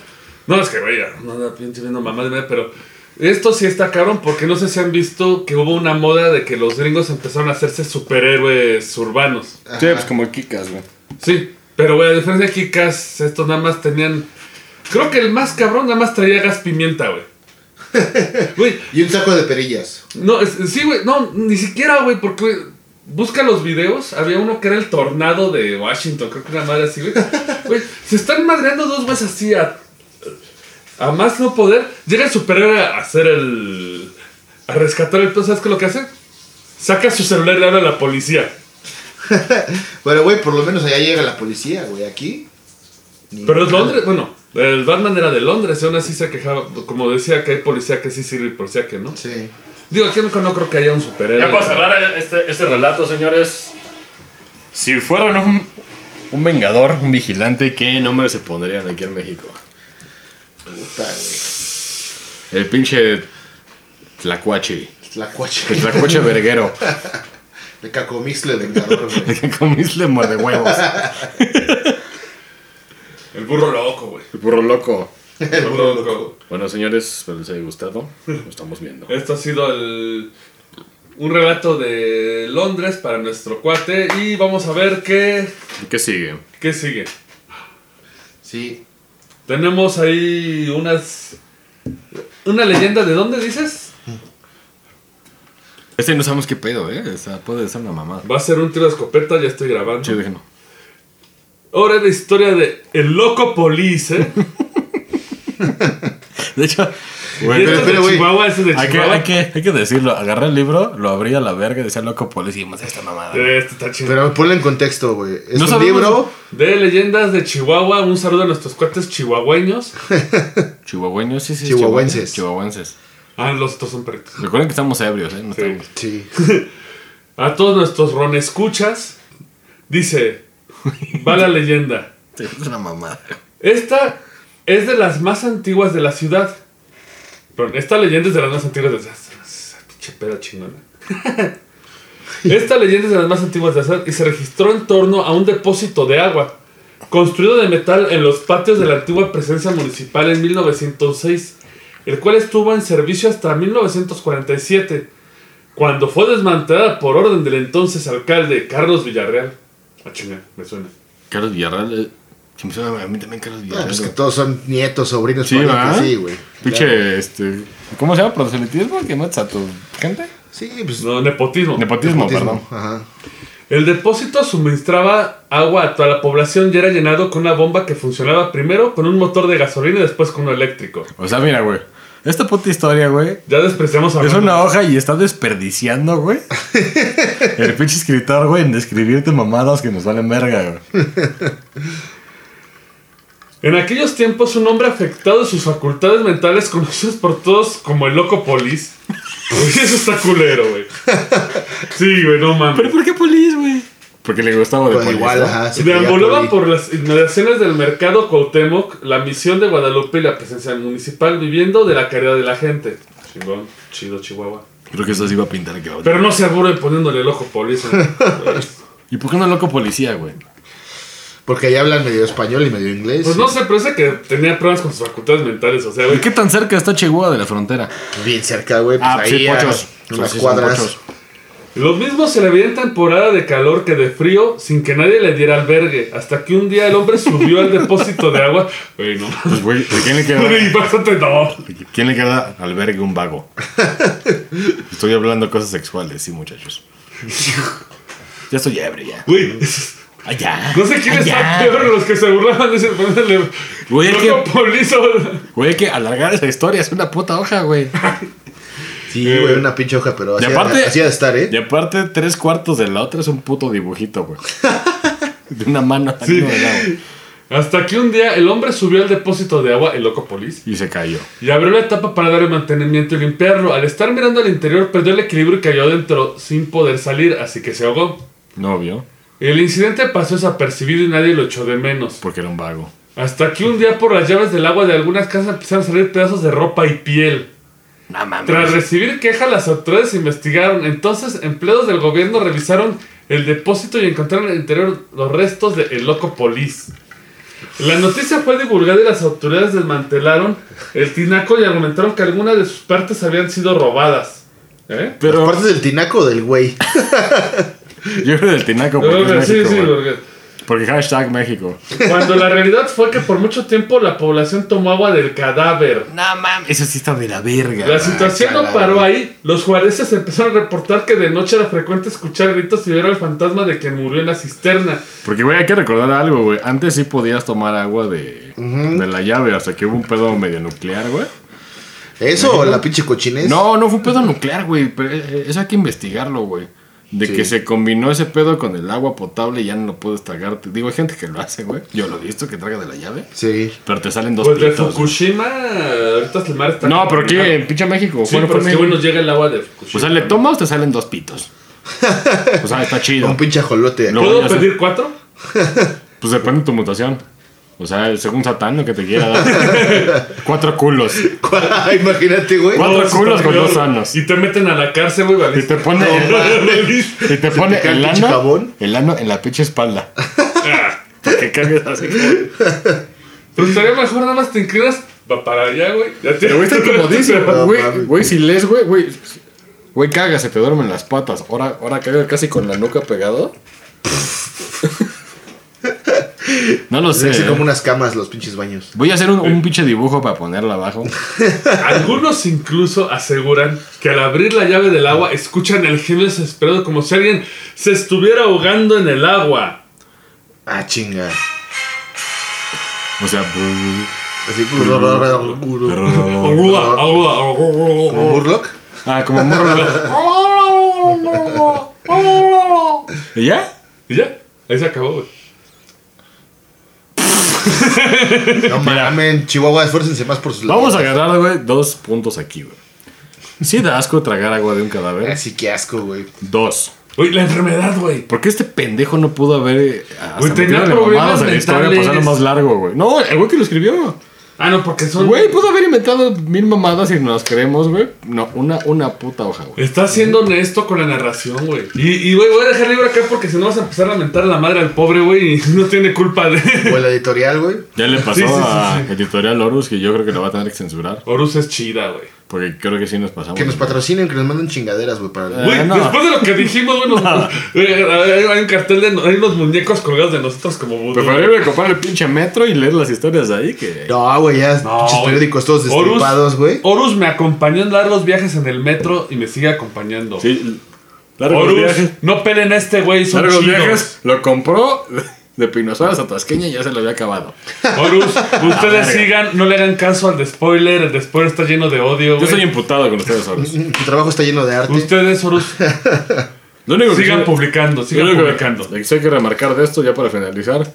No, es que, güey, ya, no da pinche viendo mamá de media, pero esto sí está cabrón porque no sé si han visto que hubo una moda de que los gringos empezaron a hacerse superhéroes urbanos.
Sí, pues como Kikas, güey.
Sí, pero, güey, a diferencia de Kikas, estos nada más tenían. Creo que el más cabrón nada más traía gas pimienta, güey. Güey,
Y un saco de perillas.
no, es- sí, güey, no, ni siquiera, güey, porque güey, busca los videos. Había uno que era el tornado de Washington, creo que una madre así, güey. Güey, se están madreando dos güeyes así a, a más no poder. Llega el superhéroe a hacer el. a rescatar el pedo, ¿sabes qué es lo que hace? Saca su celular y le habla a la policía.
Bueno, güey, por lo menos allá llega la policía, güey. Aquí. ni
Pero es
nada.
Londres, bueno, el Batman era de Londres y aún así se quejaba. Como decía que hay policía que sí sirve y policía que no.
Sí.
Digo, aquí no, no creo que haya un superhéroe.
Ya para cerrar este, este relato, señores. Si fueran un, un vengador, un vigilante, ¿qué nombre se pondrían aquí en México?
Puta, güey.
El pinche Tlacuache.
La
El
cuacha.
Tlacuache verguero.
De cacomixle de vengador, güey.
que comiste muerde huevos.
El burro loco, güey.
El burro loco.
El burro loco.
Bueno, señores, espero les haya gustado. Nos estamos viendo.
Esto ha sido el. un relato de Londres para nuestro cuate y vamos a ver qué,
¿Y qué sigue?
qué sigue.
Sí.
Tenemos ahí unas... Una leyenda de dónde dices?
Este no sabemos qué pedo, ¿eh? O sea, puede ser una mamada.
Va a ser un tiro de escopeta, ya estoy grabando.
Sí, déjenlo.
Ahora es la historia de El Loco Police. ¿eh?
De hecho,
Pero,
güey,
pero,
Pero, pero,
este de
güey,
Chihuahua, ese es de
hay, que,
Chihuahua.
hay, que, hay que decirlo. Agarré el libro, lo abrí a la verga y decía loco polis y más esta mamada.
Este está chido.
Pero ponlo en contexto, güey. Es
No
un
sabemos-
libro.
De leyendas de Chihuahua, un saludo a nuestros cuates chihuahueños.
Chihuahueños, sí, sí.
Chihuahuenses.
Chihuahuenses.
Ah, los otros son perritos.
Recuerden que estamos ebrios, ¿eh? No
Sí.
estamos-
Sí.
A todos nuestros ronescuchas, dice, va la leyenda.
Sí, es una mamada.
Esta es de las más antiguas de la ciudad. Perdón, esta leyenda es de las más antiguas de la ciudad. Pinche peda chingona. Esta leyenda es de las más antiguas de la ciudad y se registró en torno a un depósito de agua, construido de metal en los patios de la antigua presencia municipal en 1906, el cual estuvo en servicio hasta 1947, cuando fue desmantelada por orden del entonces alcalde Carlos Villarreal. Ah, chinga, me suena.
Carlos Villarreal. eh, Se me suena a mí también Carlos
Ah,
Villarreal.
pues que
güey.
todos son nietos, sobrinos,
Sí,
parientes,
¿verdad?
Sí, güey.
Pinche, este. ¿Cómo se llama? ¿Proselitismo? ¿Que matas a tu gente?
Sí, pues.
No, nepotismo.
Nepotismo, perdón.
nepotismo, Ajá.
El depósito suministraba agua a toda la población y era llenado con una bomba que funcionaba primero con un motor de gasolina y después con uno eléctrico.
O sea, mira, güey. Esta puta historia, güey.
Ya despreciamos a
Es una hoja y está desperdiciando, güey. El pinche escritor, güey, en describirte mamadas que nos valen verga, güey.
En aquellos tiempos, un hombre afectado de sus facultades mentales, conocidos por todos como el loco polis. Uy, eso está culero, güey. Sí, güey, no mames.
por qué polis, güey? Porque le gustaba de
Pues
polis.
igual,
¿no?
ajá. se
Deambulaba
creía
por las inmediaciones del mercado Cuauhtémoc, la misión de Guadalupe y la presencia municipal viviendo de la caridad de la gente. Chingón, chido Chihuahua.
Creo que eso sí iba a pintar aquí ahora.
Pero no se aburren poniéndole el ojo polis.
¿Y por qué no loco policía, güey?
Porque ahí hablan medio español y medio inglés.
Pues no sé, pero ese que tenía problemas con sus facultades mentales, o sea, güey.
¿Y qué tan cerca está Chihuahua de la frontera?
Bien cerca, güey. Pues
Ah,
ahí
sí,
a
pochos.
unas
Sí, sí, son
cuadras.
pochos.
Lo mismo se le veía en temporada de calor que de frío sin que nadie le diera albergue. Hasta que un día el hombre subió al depósito de agua. Güey, no.
Pues, güey, ¿de quién le
Y
queda?
bastante no.
¿Quién le queda albergue un vago? Estoy hablando de cosas sexuales, sí, muchachos. Ya estoy ebrio, ya.
Güey,
Allá.
no sé quién está peor los que se burlaban de ese ponerle.
Güey, es
loco
que-
polizo.
Güey, hay que alargar esa historia, es una puta hoja, güey.
Sí, güey, una pinche hoja, pero
Eh, Y
así,
aparte,
así ha de estar, ¿eh?
Y aparte, tres cuartos de la otra es un puto dibujito, güey. De una mano
Sí.
saliendo del agua.
Hasta que un día el hombre subió al depósito de agua, el loco polis.
Y se cayó.
y abrió la tapa para darle mantenimiento y limpiarlo. Al estar mirando al interior, perdió el equilibrio y cayó adentro sin poder salir, así que se ahogó.
No vio,
El incidente pasó desapercibido y nadie lo echó de menos.
porque era un vago.
Hasta que un día por las llaves del agua de algunas casas empezaron a salir pedazos de ropa y piel.
No
Tras
mames.
recibir queja, las autoridades investigaron. Entonces, empleados del gobierno revisaron el depósito y encontraron en el interior los restos de El Loco Polis. La noticia fue divulgada y las autoridades desmantelaron el tinaco y argumentaron que algunas de sus partes habían sido robadas. ¿Eh?
¿Las
Pero
partes del tinaco o del güey?
yo creo del tinaco porque es
sí,
México,
sí,
güey.
porque-
Porque hashtag México.
Cuando la realidad fue que por mucho tiempo la población tomó agua del cadáver.
No mames. Eso sí está de la verga.
La situación no
caray.
paró ahí. Los juareses empezaron a reportar que de noche era frecuente escuchar gritos y ver al fantasma de quien murió en la cisterna.
Porque, güey, hay que recordar algo, güey. Antes sí podías tomar agua de, de la llave, hasta que hubo un pedo medio nuclear, güey.
¿Eso o la pinche cochinés?
No, no fue un pedo nuclear, güey. Pero eh, eso hay que investigarlo, güey. De
Sí.
que se combinó ese pedo con el agua potable y ya no lo puedes tragar. Te Digo, hay gente que lo hace, güey. Yo lo he visto que traga de la llave.
Sí.
Pero te salen dos
Pues de
pelitos,
Fukushima, ahorita el mar está.
güey. No, pero aquí
contaminado.
en pinche México.
Sí,
bueno, Pues
pero
fue
es que
México.
bueno llega el agua de Fukushima.
O sea, le tomas o te salen dos pitos. O sea, está chido.
Un pinche ajolote.
No.
¿Puedo
ya sé.
pedir cuatro?
Pues depende de tu mutación. O sea, según Satán, lo que te quiera dar. Cuatro culos.
Imagínate, güey.
Cuatro
No, eso
culos
está
con
peor.
dos anos.
Y te meten a la cárcel, güey,
Y te
valiste.
pone el,
Valiste.
y te pone
cae el
el
pinche
ano,
jabón.
el ano en la pinche espalda. Para que cargues así.
Pero estaría mejor nada más te inclinas pa- para allá, güey. Ya te
Pero güey, está incomodísimo.
No,
Güey,
mames.
güey, si lees, güey, güey. Güey, caga, se te duermen las patas. Ahora, ahora caga casi con la nuca pegado. no lo sé.
Tienen que ser
¿eh?
como unas camas los pinches baños.
Voy a hacer un, un pinche dibujo para ponerla abajo.
Algunos incluso aseguran que al abrir la llave del agua escuchan el gemido desesperado como si alguien se estuviera ahogando en el agua.
Ah, chinga.
O sea,
Así. Como
Agua, agua, agua.
Burlock.
ah, como morro. ¿Y ya?
Y ya, ahí se acabó, güey.
No mames, Chihuahua, esfuércense más por sus
Vamos a
labios.
agarrar, güey, dos puntos aquí, güey. Sí da asco tragar agua de un cadáver.
Así que Ah, asco, güey.
Dos.
Uy, la enfermedad, güey.
¿Por qué este pendejo no pudo haber eh, hasta
Güey, tenía
metido de mamadas
problemas
en la historia
mentales.
pasarlo más largo, güey? No, el güey que lo escribió.
Ah, no, porque son.
Güey, pues- pudo haber inventado mil mamadas y nos queremos, güey. No, una, una puta hoja, güey.
Estás siendo honesto con la narración, güey. Y, y, güey, voy a dejar libre acá porque si no vas a empezar a lamentar a la madre al pobre, güey, y no tiene culpa de.
O el editorial, güey.
Ya le pasó
Sí, sí, sí,
a Editorial Horus que yo creo que lo va a tener que censurar.
Horus es chida, güey.
Porque creo que sí nos pasamos.
Que nos patrocinen, que nos manden chingaderas, güey. Para
Eh.
el...
Güey,
no.
después de lo que dijimos, güey, nos- güey, hay- hay un cartel de. Hay unos muñecos colgados de nosotros como vudú.
Preferible comprar el pinche metro y leer las historias de ahí que.
No, güey, ya.
No,
pinches
güey.
periódicos todos
Horus-
destripados, güey.
Horus me acompañó en largos viajes en el metro y me sigue acompañando.
Sí, largos
Horus,
viajes.
no pelen a este güey, son
Largos
chidos.
viajes. Lo compró de Pinosaurus a Tasqueña y ya se lo había acabado.
Horus, ustedes
verga.
sigan, no le hagan caso al de spoiler, el de spoiler está lleno de odio,
Yo
güey.
estoy imputado con ustedes, Horus.
Tu trabajo está lleno de arte.
Ustedes, Horus,
Lo único que
sigan
sí-
publicando,
Yo
sigan
creo que-
publicando.
Lo que sí hay que remarcar de esto, ya para finalizar.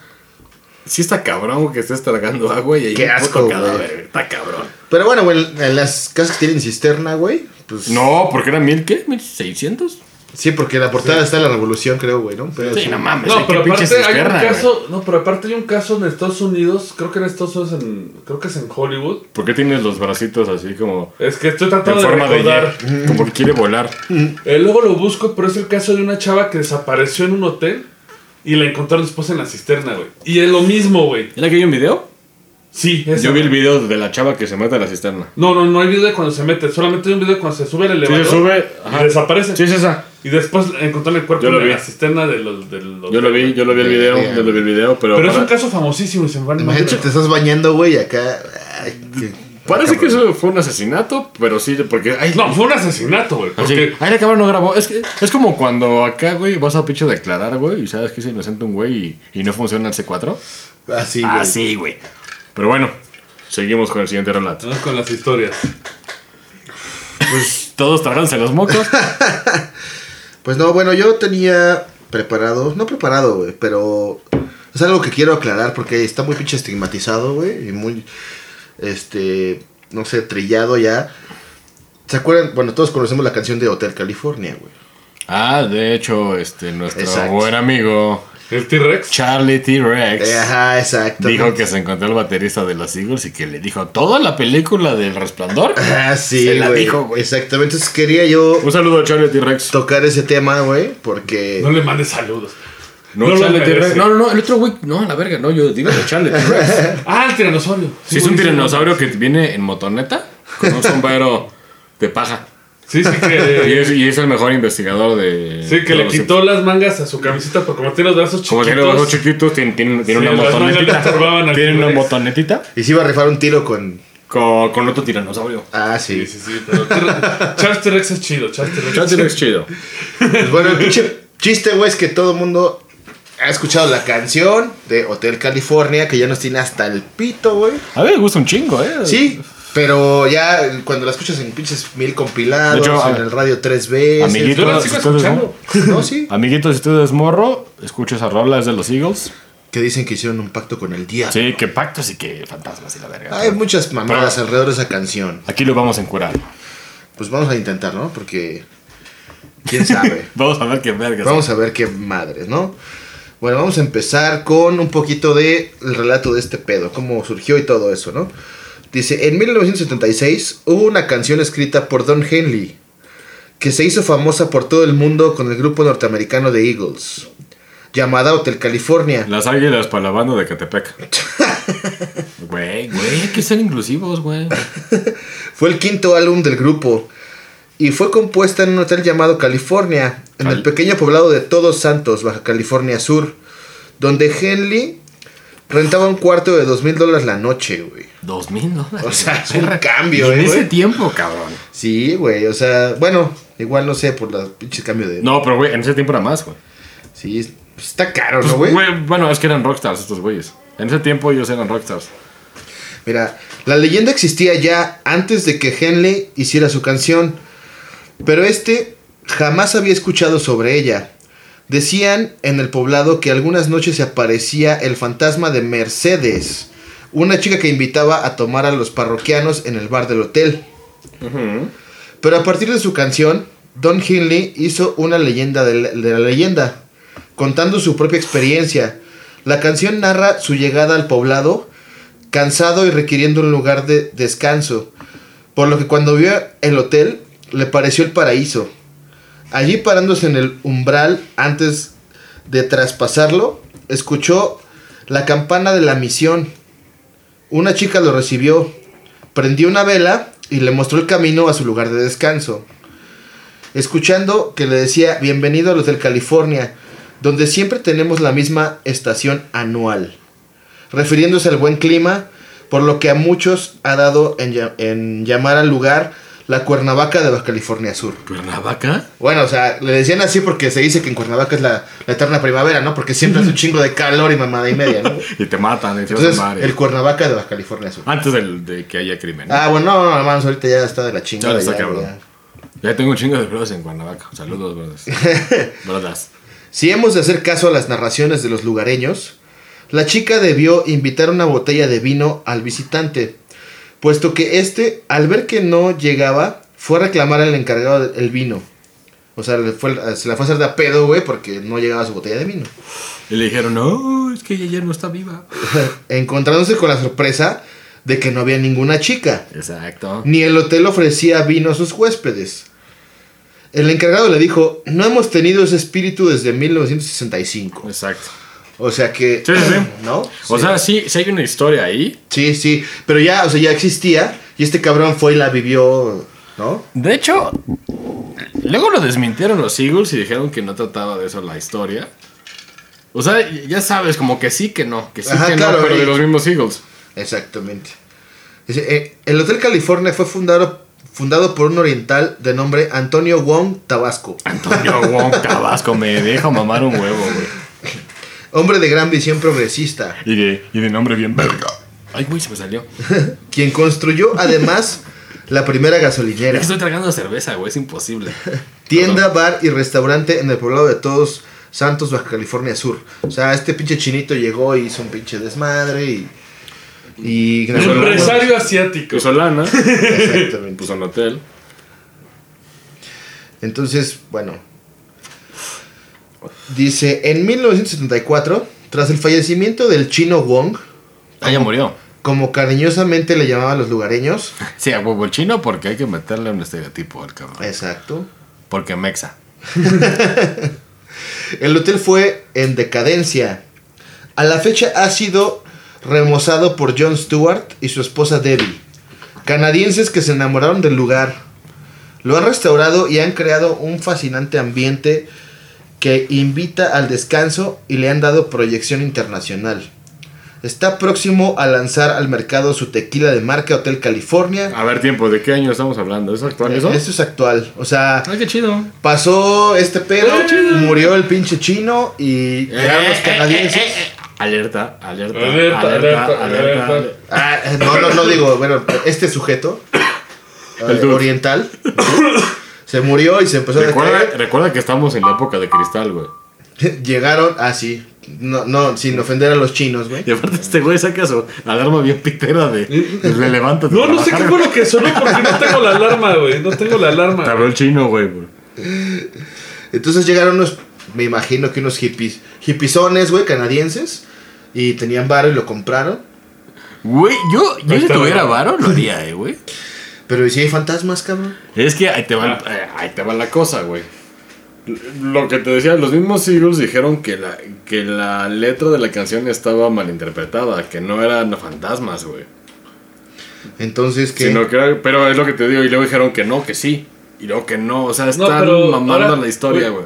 Sí está cabrón que estés tragando agua y ahí
Qué
un puto
asco, güey.
cadáver, güey. Está cabrón.
Pero bueno, güey, en las casas que tienen cisterna, güey. Pues.
No, porque era mil, ¿qué? ¿Mil seiscientos?
Sí, porque la portada está en la revolución, creo, güey, ¿no? Pero
Sí, no mames.
No,
hay
pero
que pinche
aparte hay un
cisterna, güey.
caso, no, pero aparte hay un caso en Estados Unidos, creo que en Estados Unidos, en, creo que es en Hollywood.
¿Por qué tienes los bracitos así como
Es que estoy
en
tratando de
forma de
recordar.
Y? Como que quiere volar.
Eh, luego lo busco, pero es el caso de una chava que desapareció en un hotel y la encontraron después en la cisterna, güey. Y es lo mismo, güey.
¿Era que hay un video?
Sí, es.
Yo vi el video de la chava que se mata a la cisterna.
No, no, no hay video de cuando se mete, solamente hay un video de cuando se sube al
Sí,
elevador.
se sube.
Y desaparece.
Sí, es esa.
Y después encontraron el cuerpo
Yo lo
en
vi.
la cisterna de los, de los-
Yo lo vi, yo lo vi el video, yo lo vi el video, pero.
Pero es
para-
un caso famosísimo y se me van a
Imagínate, te estás bañando, güey, y acá. ay, qué-
Parece
cabrón.
que eso fue un asesinato, pero sí, porque. Ay,
No, fue un asesinato, güey.
Así,
Porque
Ay, la cámara no grabó. Es, que, es como cuando acá, güey, vas a pinche declarar, güey, y sabes que es inocente un güey y, y no funciona el C4.
Así, güey.
Ah, sí, güey. Pero bueno, seguimos con el siguiente relato.
Vamos con las historias.
Pues todos tragándose los mocos.
Pues no, bueno, yo tenía preparado, no preparado, güey, pero es algo que quiero aclarar porque está muy pinche estigmatizado, güey, y muy, este, no sé, trillado ya. ¿Se acuerdan? Bueno, todos conocemos la canción de Hotel California, güey.
ah, de hecho, este, nuestro
Exacto.
buen amigo
El T-Rex.
Charlie T-Rex.
Eh, ajá, exacto.
Dijo que se encontró el baterista de los Eagles y que le dijo toda la película del resplandor.
Ah, sí,
Se la
güey.
dijo, güey.
Exactamente, entonces quería yo
Un saludo a Charlie T-Rex.
tocar ese tema, güey, porque...
No le mandes saludos.
No,
No lo
Charlie
merece.
T-Rex. No, no, no, el otro güey. No, la verga, no, yo digo de Charlie T-Rex.
Ah, el tiranosaurio.
Si es un
buenísimo.
tiranosaurio que viene en motoneta con un sombrero de paja.
Sí, sí,
Y
que. eh,
es, y es el mejor investigador de.
Sí, que
de
le
los-
quitó las mangas a su camiseta porque como tiene los brazos chiquitos.
Como tiene los dos chiquitos, tiene, tiene- tiene
Sí,
una
las mangas le estorbaban
motonetita.
al
Tiene una
T-Rex.
motonetita
Y se iba a rifar un tiro con...
con, con otro tiranosaurio.
Ah,
Sí,
sí.
sí, sí. Pero T-Rex- Charles T-Rex es chido. Charles T-Rex.
Charlie T-Rex chido.
Pues bueno, el pinche chiste, güey, es que todo el mundo ha escuchado la canción de Hotel California, que ya nos tiene hasta el pito, güey.
A mí me gusta un chingo, ¿eh?
Sí, pero ya cuando la escuchas en pinches mil compilados,
De hecho,
en
a-
el radio tres veces.
Amiguito,
Yo la sigo
ustedes, ¿no?
escuchando.
No, sí.
Amiguitos, si usted es morro, escucha esa rola, es de los Eagles.
Que dicen que hicieron un pacto con el diablo.
Sí, que pactos y que fantasmas y la verga.
Hay muchas mamadas
Pero-
alrededor de esa canción.
Aquí lo vamos a encurar.
Pues vamos a intentar, ¿no? Porque. Quién sabe.
Vamos a ver qué verga.
vamos a ver qué madres, ¿no? Bueno, vamos a empezar con un poquito de el relato de este pedo, cómo surgió y todo eso, ¿no? Dice, en 1976 hubo una canción escrita por Don Henley, que se hizo famosa por todo el mundo con el grupo norteamericano de Eagles, llamada Hotel California.
Las águilas para la banda de Catepec. Güey, güey, hay que ser inclusivos, güey.
Fue el quinto álbum del grupo y fue compuesta en un hotel llamado California, en el pequeño poblado de Todos Santos, Baja California Sur, donde Henley rentaba un cuarto de dos mil dólares la noche, güey.
Dos mil dólares.
O sea, es un cambio,
Y en
eh,
ese
güey.
tiempo, cabrón.
Sí, güey, o sea, bueno, igual no sé por la pinche cambio de...
No, pero güey, en ese tiempo era más, güey.
Sí, es- está caro,
Pues,
¿no, güey?
güey, Bueno, es que eran rockstars estos güeyes. En ese tiempo ellos eran rockstars.
Mira, la leyenda existía ya antes de que Henley hiciera su canción, pero este jamás había escuchado sobre ella. Decían en el poblado que algunas noches se aparecía el fantasma de Mercedes, una chica que invitaba a tomar a los parroquianos en el bar del hotel. Pero a partir de su canción, Don Henley hizo una leyenda de la, de la leyenda, contando su propia experiencia. La canción narra su llegada al poblado, cansado y requiriendo un lugar de descanso, por lo que cuando vio el hotel le pareció el paraíso. Allí parándose en el umbral antes de traspasarlo, escuchó la campana de la misión. Una chica lo recibió, prendió una vela y le mostró el camino a su lugar de descanso. Escuchando que le decía, bienvenido a los del California, donde siempre tenemos la misma estación anual. Refiriéndose al buen clima, por lo que a muchos ha dado en, llam- en llamar al lugar la Cuernavaca de Baja California Sur.
¿Cuernavaca?
Bueno, o sea, le decían así porque se dice que en Cuernavaca es la, la eterna primavera, ¿no? Porque siempre hace un chingo de calor y mamada y media, ¿no?
Y te matan, y te vas
Entonces,
al mar, y-
el Cuernavaca de Baja California Sur.
Antes del- de que haya crimen. ¿no?
Ah, bueno, no, no, hermanos, ahorita ya está de la
Ya
chingada.
está
ya,
cabrón.
ya.
Ya tengo un chingo de brothers en Cuernavaca. Saludos, brothers. brothers.
Si hemos de hacer caso a las narraciones de los lugareños, la chica debió invitar una botella de vino al visitante, puesto que este, al ver que no llegaba, fue a reclamar al encargado del vino. O sea, le fue- se la fue a hacer de a pedo, güey, porque no llegaba su botella de vino.
Y le dijeron, no, es que ella ya no está viva.
encontrándose con la sorpresa de que no había ninguna chica,
Exacto.
ni el hotel ofrecía vino a sus huéspedes. El encargado le dijo, no hemos tenido ese espíritu desde 1965.
Exacto.
O sea que...
Sí, sí, sí.
¿No?
O
Sí.
sea, sí, sí hay una historia ahí.
Sí, sí, pero ya, o sea, ya existía y este cabrón fue y la vivió, ¿no?
De hecho, luego lo desmintieron los Eagles y dijeron que no trataba de eso la historia. O sea, ya sabes, como que sí, que no, que sí,
Ajá,
que
claro,
no, pero
y-
de los mismos Eagles.
Exactamente. Dice, eh, el Hotel California fue fundado, fundado por un oriental de nombre Antonio Wong Tabasco.
Antonio Wong Tabasco me deja mamar un huevo, güey.
Hombre de gran visión progresista.
Y de, y de nombre bien verga. Ay, güey, se me salió.
quien construyó además la primera
Es
gasolinera,
que estoy tragando cerveza, güey, es imposible.
tienda, bar y restaurante en el poblado de Todos Santos, Baja California Sur. O sea, este pinche chinito llegó y hizo un pinche desmadre y... y
Empresario asiático.
Que Solana,
Exactamente.
puso un hotel.
Entonces, bueno. Dice, en 1974, tras el fallecimiento del chino Wong,
Ah, ya murió.
como cariñosamente le llamaban los lugareños,
Sí, a huevo el chino porque hay que meterle un estereotipo al cabrón.
exacto,
Porque Mexa.
El hotel fue en decadencia. A la fecha ha sido remozado por John Stewart y su esposa Debbie, canadienses que se enamoraron del lugar. Lo han restaurado y han creado un fascinante ambiente que invita al descanso y le han dado proyección internacional. Está próximo a lanzar al mercado su tequila de marca Hotel California.
A ver, tiempo, ¿de qué año estamos hablando? ¿Es actual eso?
Esto es actual. O sea,
Ay, qué chido. Ah,
Pasó este pedo, murió el pinche chino y llegaron los canadienses.
Alerta, alerta,
Alerta,
alerta,
alerta,
alerta.
alerta.
Ah, no, no, no digo, bueno, este sujeto eh,
El dude.
oriental se murió y se empezó a
Recuerda,
decaer.
recuerda que estamos en la época de cristal, güey.
Llegaron, ah, sí, no, no, sin ofender a los chinos, güey.
Y aparte este güey saca su alarma bien pitera de, de le levanta.
Eh, No, no sé qué fue lo que sonó porque no tengo la alarma, güey. No tengo la
Te
alarma.
habló el chino, güey. güey.
Entonces llegaron unos, me imagino que unos hippies, hippizones, güey, canadienses y tenían varo y lo compraron.
Güey, yo, yo si
está
tuviera
bien.
varo, lo haría, eh, güey.
Pero ¿y si hay fantasmas, cabrón?
Es que ahí te va, el-
Ah.
eh, ahí te va la cosa, güey. Lo que te decía, los mismos Eagles dijeron que la, que la letra de la canción estaba malinterpretada, que no eran fantasmas, güey.
Entonces, ¿qué?
Sino que era- pero es lo que te digo, y luego dijeron que no, que sí. Y luego que no, o sea,
No,
están
pero
mamando
ahora-
la historia,
güey.
güey.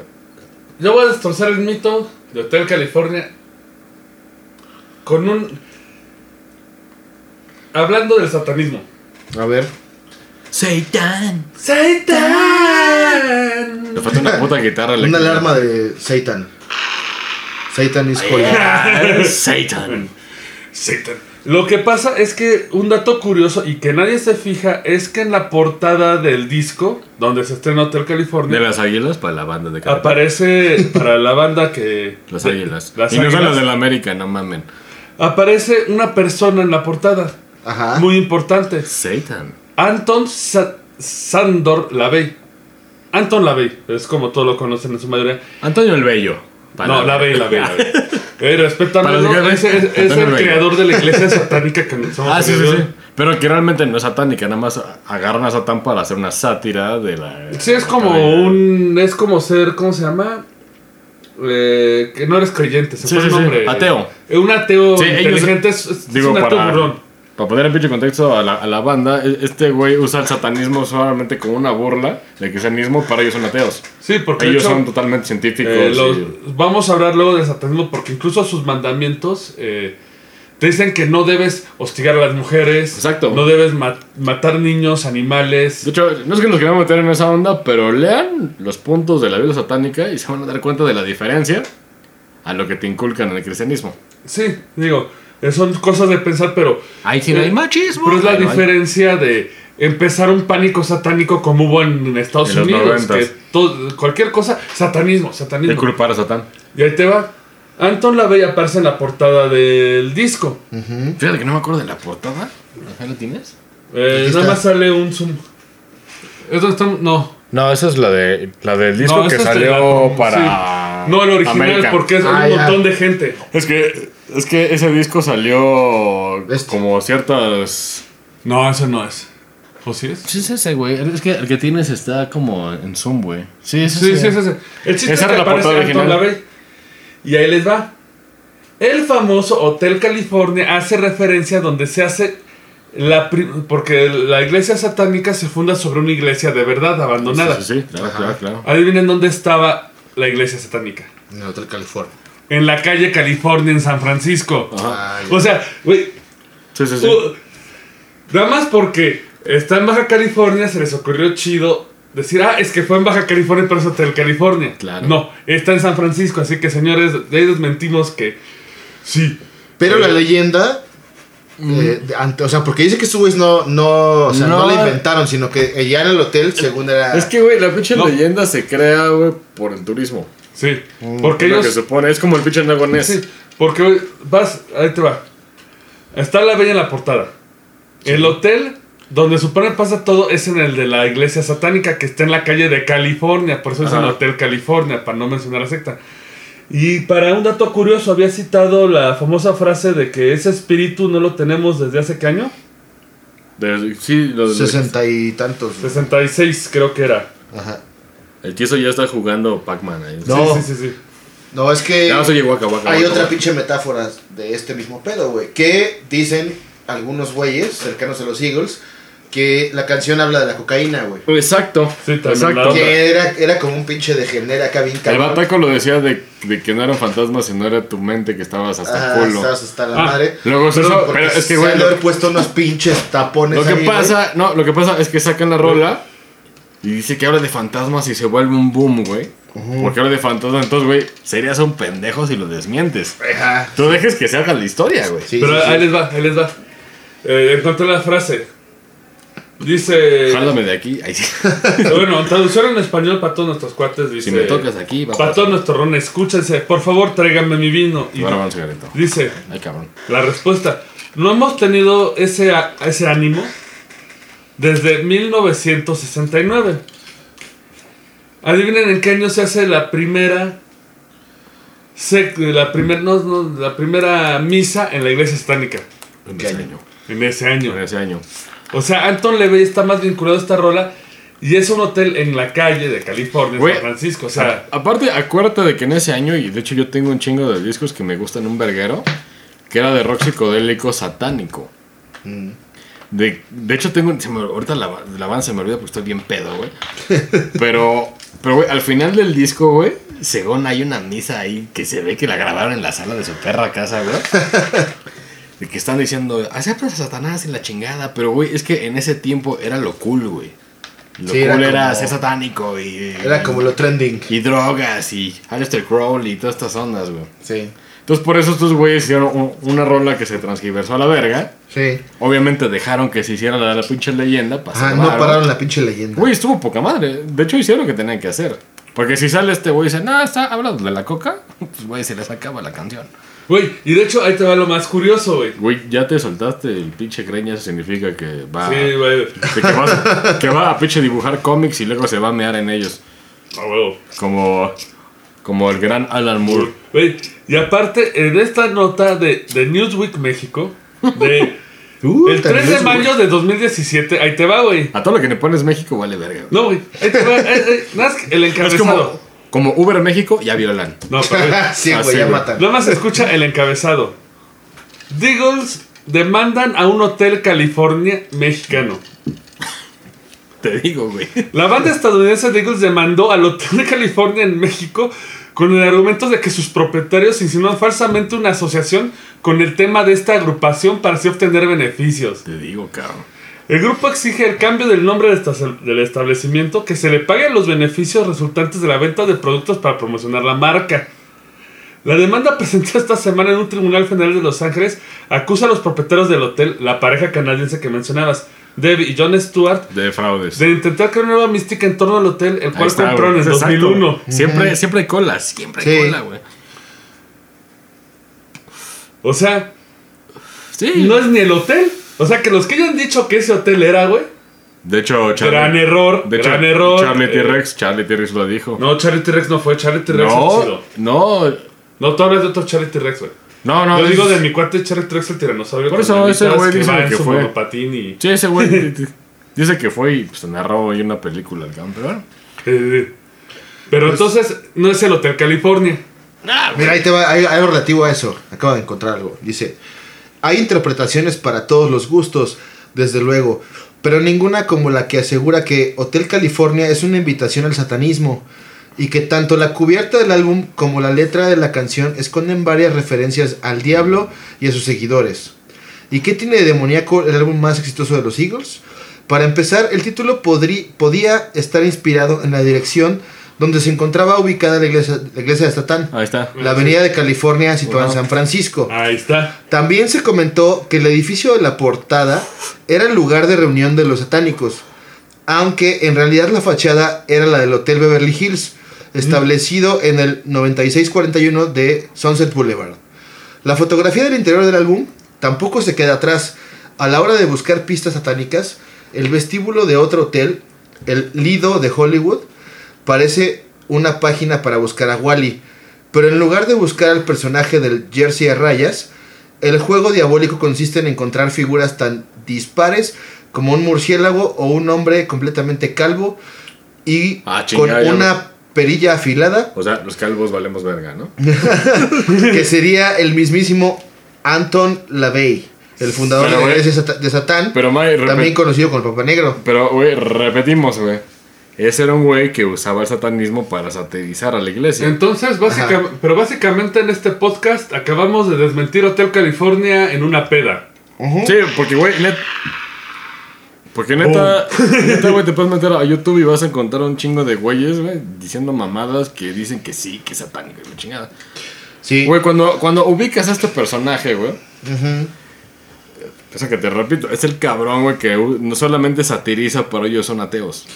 Yo voy a destrozar el mito de Hotel California con un... Hablando del satanismo.
A ver.
Seitan.
¡Satán!
Le falta una puta guitarra.
Una alarma de Satan. Satan is calling.
Seitan.
Satan. Lo que pasa es que un dato curioso y que nadie se fija es que en la portada del disco donde se estrena Hotel California
De las águilas para la banda de Cali.
aparece para la banda que
Las águilas.
Las
y no son
águilas.
las de la América, no mamen.
aparece una persona en la portada
Ajá.
muy importante.
Seitan.
Anton Sa- Sandor Lavey. Anton Lavey, es como todos lo conocen en su mayoría.
Antonio el Bello. Para-
no, Lavey, Lavey, Lavey. Eh, respétamelo,
Para los que-
es, es- es
Antonio
el
Lavey.
creador de la iglesia satánica que somos.
Ah, sí,
en
sí,
el-
sí. Pero que realmente no es satánica, nada más agarran a Satán para hacer una sátira de la.
Sí, es como un. Es como ser. ¿Cómo se llama? Eh, que no eres creyente, se
Sí,
fue el
sí, sí.
nombre.
Ateo.
Eh, un ateo
Sí, ellos-
inteligente es, es
Digo,
un ateo
para,
burlón.
para poner en pinche contexto a la, a la banda, e- este güey usa el satanismo solamente como una burla del cristianismo para ellos son ateos.
Sí, porque de
Ellos
hecho,
son totalmente científicos.
eh, los-
y-
vamos a hablar luego del satanismo porque incluso sus mandamientos eh, te dicen que no debes hostigar a las mujeres.
Exacto.
No debes ma- matar niños, animales.
De hecho, no es que nos queramos meter en esa onda, pero lean los puntos de la Biblia satánica y se van a dar cuenta de la diferencia a lo que te inculcan en el cristianismo.
Sí, digo, eh, son cosas de pensar, pero.
Ahí sí
eh,
no hay machismo.
Pero es la
Ahí no hay.
diferencia de empezar un pánico satánico como hubo en Estados
En los
Unidos. Que
noventas.
todo- cualquier cosa, satanismo,
De
satanismo.
culpar a Satán.
Y ahí te va. Anton LaVey aparece en la portada del disco.
Fíjate que no me acuerdo de la portada. ¿Acá lo tienes?
Eh,
Aquí
nada
está.
más sale un zoom. Es donde está- no.
No, esa es la, de, la del disco
No,
que
esa es de
salió
la-
para.
sí. No, el original,
América.
porque es
Ah,
un
ya.
montón de gente.
Es que, es que ese disco salió
Este.
como ciertas.
No, ese no es. ¿O sí es?
Sí, es ese, güey. Es que el que tienes está como en Zoom, güey. Sí, es
Sí, sí, es ese. El chiste
Esa
es
era
que
la
aparece
portada
Anton
original.
LaVey. Y ahí les va. El famoso Hotel California hace referencia donde se hace la pri- porque la iglesia satánica se funda sobre una iglesia de verdad abandonada.
Sí, sí, sí, claro,
Ajá.
claro, claro.
Adivinen dónde estaba la iglesia satánica.
En el Hotel California.
En la calle California en San Francisco.
Ajá.
Ay,
O sea, güey,
Sí, sí, sí.
Uh, Nada más porque está en Baja California, se les ocurrió chido decir, ah, es que fue en Baja California, pero es Hotel California.
Claro.
No, está en San Francisco, así que señores, de ahí desmentimos que sí.
Pero la leyenda. eh, de ante- o sea, porque dice que estos güeyes no, no, o sea, no.
No.
la inventaron, sino que ya en el hotel, según era.
Es que, güey, la pinche
No.
leyenda se crea, güey, por el turismo.
Sí, porque
Es Mm, lo que
ellos...
se pone. Es como el pinche E Nagonés.
Sí, porque güey, vas, ahí te va. Está la bella en la portada. El hotel donde supone pasa todo es en el de la iglesia satánica que está en la calle de California. Por eso es
Ajá.
el Hotel California, para no mencionar la secta. Y para un dato curioso, había citado la famosa frase de que ese espíritu no lo tenemos desde hace qué año?
De- sí, lo de-
60 y tantos.
66, creo que era.
Ajá.
el tieso ya está jugando Pac-Man ahí.
No.
Sí, sí, sí. sí.
No, es que.
Ya no se llegó a acabar.
Hay otra pinche metáfora de este mismo pedo, güey. Que dicen algunos güeyes cercanos a los Eagles que la canción habla de la cocaína, güey.
Exacto.
Sí, también la
Exacto.
otra.
Que era, era como un pinche degenera acá bien
El
cabrón.
bataco lo decía de, de que no eran fantasmas, sino era tu mente que estabas hasta
Ajá,
culo.
estabas hasta la
Ah,
madre.
Luego se
Pero
hizo-
porque
pero es que,
se
güey,
han de
lo-
haber puesto unos pinches tapones
Lo que
ahí, güey.
pasa, no, lo que pasa es que sacan la rola y dice que habla de fantasmas y se vuelve un boom, güey. Porque habla de fantasmas, entonces, güey, serías un pendejo si lo desmientes.
Ajá.
Tú dejes que se haga la historia, güey.
Sí,
Pero
sí, sí.
ahí les va, ahí les va. Eh, encontré la frase. Dice...
Jálame de aquí. Ahí sí.
Pero bueno, traducción en español para todos nuestros cuates dice.
Si me tocas aquí, va a
Para
pasar.
todos nuestros rones, escúchense, por favor, tráiganme mi vino. Y
Ahora va un cigarrito.
dice
Ay, cabrón.
la respuesta: No hemos tenido ese, a- ese ánimo desde 1969. Adivinen en qué año se hace la primera. sec- la, primer, no, no, la primera misa en la iglesia satánica.
En
¿Qué
ese
año?
año.
En ese año.
En ese Este año.
O sea, Anton LaVey está más vinculado a esta rola y es un hotel en la calle de California,
Güey,
San Francisco. O sea,
A- aparte, acuérdate de que en ese año, y de hecho yo tengo un chingo de discos
Mm.
que me gustan un verguero, que era de rock psicodélico satánico. De, de hecho, tengo. se me- ahorita la, la banda se me olvida porque estoy bien pedo, güey. Pero, pero, güey, al final del disco, güey, según hay una misa ahí que se ve que la grabaron en la sala de su perra casa, güey. De que están diciendo, aceptas a Satanás y la chingada. Pero, güey, es que en ese tiempo era lo cool, güey. Lo cool
Sí, era
era,
como-
ser satánico y.
Era como lo trending.
Y drogas y Aleister Crowley y todas estas ondas, güey.
Sí.
Entonces, por eso estos güeyes hicieron un- una rola que se transgiversó a la verga.
Sí.
Obviamente dejaron que se hiciera la de la pinche leyenda. pa'
Ajá,
salvar,
Ah, no
güey.
pararon la pinche leyenda.
Güey, estuvo poca madre. De hecho, hicieron lo que tenían que hacer. Porque si sale este güey y dice, no, está hablando de la coca, pues güey, se les acaba la canción.
Güey, y de hecho ahí te va lo más curioso, güey.
Güey, ya te soltaste el pinche creña, eso significa que va,
Sí, güey.
que, va que va a pinche dibujar cómics y luego se va a mear en ellos.
A huevo.
Como, como el gran Alan Moore.
Güey, y aparte, en esta nota de, de Newsweek México, de,
Uh,
el
tan
3 de
luz, güey.
mayo de 2017, ahí te va, güey.
A todo lo que le pones México vale verga. güey.
No, güey, ahí te va, eh, eh, nada más que el
es
encabezado.
como, como Uber México, ya violan.
No, pero, güey,
Así,
sí, güey, ya
Ah, güey.
matan.
nada más escucha el encabezado. Deagles demandan a un hotel California mexicano.
Te digo, güey.
La banda estadounidense The Eagles demandó al Hotel California en México con el argumento de que sus propietarios insinúan falsamente una asociación con el tema de esta agrupación para así obtener beneficios.
Te digo, cabrón.
El grupo exige el cambio del nombre de esta- del establecimiento, que se le paguen los beneficios resultantes de la venta de productos para promocionar la marca. La demanda presentada esta semana en un tribunal federal de Los Ángeles acusa a los propietarios del hotel, la pareja canadiense que mencionabas, Debbie y John Stewart,
De fraudes.
de intentar crear una nueva mística en torno al hotel, el
Ahí
cual
está,
compraron
güey.
en
Es exacto.
2001.
Siempre, siempre hay cola, siempre hay
Sí.
cola, güey.
O sea,
Sí.
no es ni el hotel. O sea, que los que hayan dicho que ese hotel era, güey.
De hecho, Charlie.
Gran error,
de hecho,
gran error.
Charlie
Eh,
T-Rex, Charlie T-Rex lo dijo.
No, Charlie T-Rex no fue. Charlie T-Rex es
no,
chido.
no,
No, tú hablas de otro Charlie T-Rex, güey.
no, no,
Yo
es-
digo de mi cuate Charlie T-Rex el tiranosaurio.
Por
con
eso ese
alitas
güey
que
dice
va en
que
su
fue.
monopatín y. eh,
Sí, ese güey di- di- dice que fue y pues narró ahí una película el campeón.
Eh, pero
Pues-
entonces no es el Hotel California.
Mira, ahí te va, hay algo relativo a eso. Acabo de encontrar algo. Dice, hay interpretaciones para todos los gustos, desde luego, pero ninguna como la que asegura que Hotel California es una invitación al satanismo y que tanto la cubierta del álbum como la letra de la canción esconden varias referencias al diablo y a sus seguidores. ¿Y qué tiene de demoníaco el álbum más exitoso de los Eagles? Para empezar, el título podrí- podía estar inspirado en la dirección donde se encontraba ubicada la iglesia, la iglesia de Satán.
Ahí está.
La avenida de California situada en
Ajá.
San Francisco.
Ahí está.
También se comentó que el edificio de la portada era el lugar de reunión de los satánicos, aunque en realidad la fachada era la del Hotel Beverly Hills, establecido en el 9641 de Sunset Boulevard. La fotografía del interior del álbum tampoco se queda atrás. A la hora de buscar pistas satánicas, el vestíbulo de otro hotel, el Lido de Hollywood, parece una página para buscar a Wally. Pero en lugar de buscar al personaje del jersey a rayas, el juego diabólico consiste en encontrar figuras tan dispares como un murciélago o un hombre completamente calvo y
Ah,
con
chingada, ya
una perilla afilada
O sea, los calvos valemos verga, ¿no?
que sería el mismísimo Anton LaVey, el fundador
Pero,
de la
güey,
iglesia Sata- de Satán,
Pero, May, repe-
también conocido como el Papa Negro.
pero, güey, repetimos, güey. Ese era un güey que usaba el satanismo para satirizar a la iglesia.
Entonces, básicamente, pero básicamente en este podcast acabamos de desmentir Hotel California en una peda.
Sí, porque, güey, net- Porque neta, neta, güey, te puedes meter a YouTube y vas a encontrar un chingo de güeyes, güey, diciendo mamadas que dicen que sí, que es satánico y la chingada.
Sí.
Güey, cuando, cuando ubicas a este personaje, güey. Eso que te repito, es el cabrón, güey, que u- no solamente satiriza, pero ellos son ateos.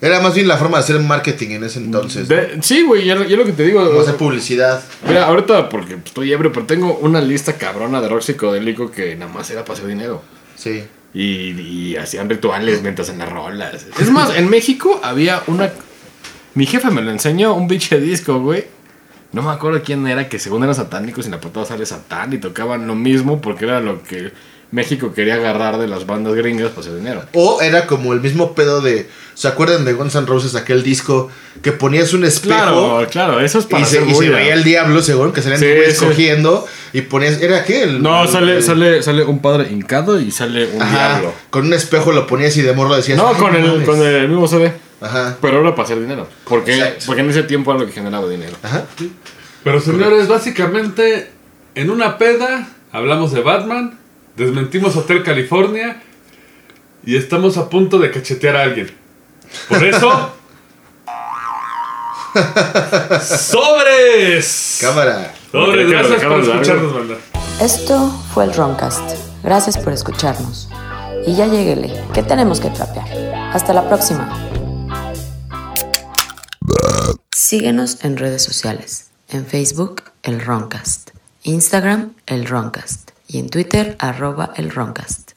Era más bien la forma de hacer marketing en ese entonces.
De- sí, güey, yo, yo lo que te digo.
Como
o
hacer
sea,
publicidad.
mira, ahorita porque estoy ebrio, pero tengo una lista cabrona de rock psicodélico que nada más era para hacer dinero.
Sí.
Y, y hacían rituales mientras en las rolas. Es más, en México había una. Mi jefe me lo enseñó, un pinche disco, güey. No me acuerdo quién era, que según eran satánicos y en la portada sale Satán y tocaban lo mismo porque era lo que México quería agarrar de las bandas gringas para hacer dinero.
O era como el mismo pedo de. ¿Se acuerdan de Guns N' Roses aquel disco que ponías un espejo?
Claro, claro, eso es para
Y se,
hacer
y se
bulla.
veía el diablo, según que salían
Sí,
güeyes
sí.
cogiendo. Y ponías. ¿Era qué? El-
No,
el-
sale,
el-
sale, sale un padre hincado y sale un
Ajá,
diablo.
Con un espejo lo ponías y de morro decías.
No,
"Ay,
con el,
mames".
con el mismo CD.
Ajá.
Pero era para hacer dinero. Porque,
Exacto.
porque en ese tiempo era lo que generaba dinero.
Ajá.
Pero señores, básicamente en una peda hablamos de Batman, desmentimos Hotel California y estamos a punto de cachetear a alguien. Por eso... ¡Sobres!
Cámara.
Creo
¡Sobres!
que lo
Gracias por
dejamos largo.
escucharnos, banda.
Esto fue el Roncast. Gracias por escucharnos. Y ya lleguele, que tenemos que trapear. Hasta la próxima. Síguenos en redes sociales. En Facebook, el Roncast. Instagram, el Roncast. Y en Twitter, arroba el Roncast.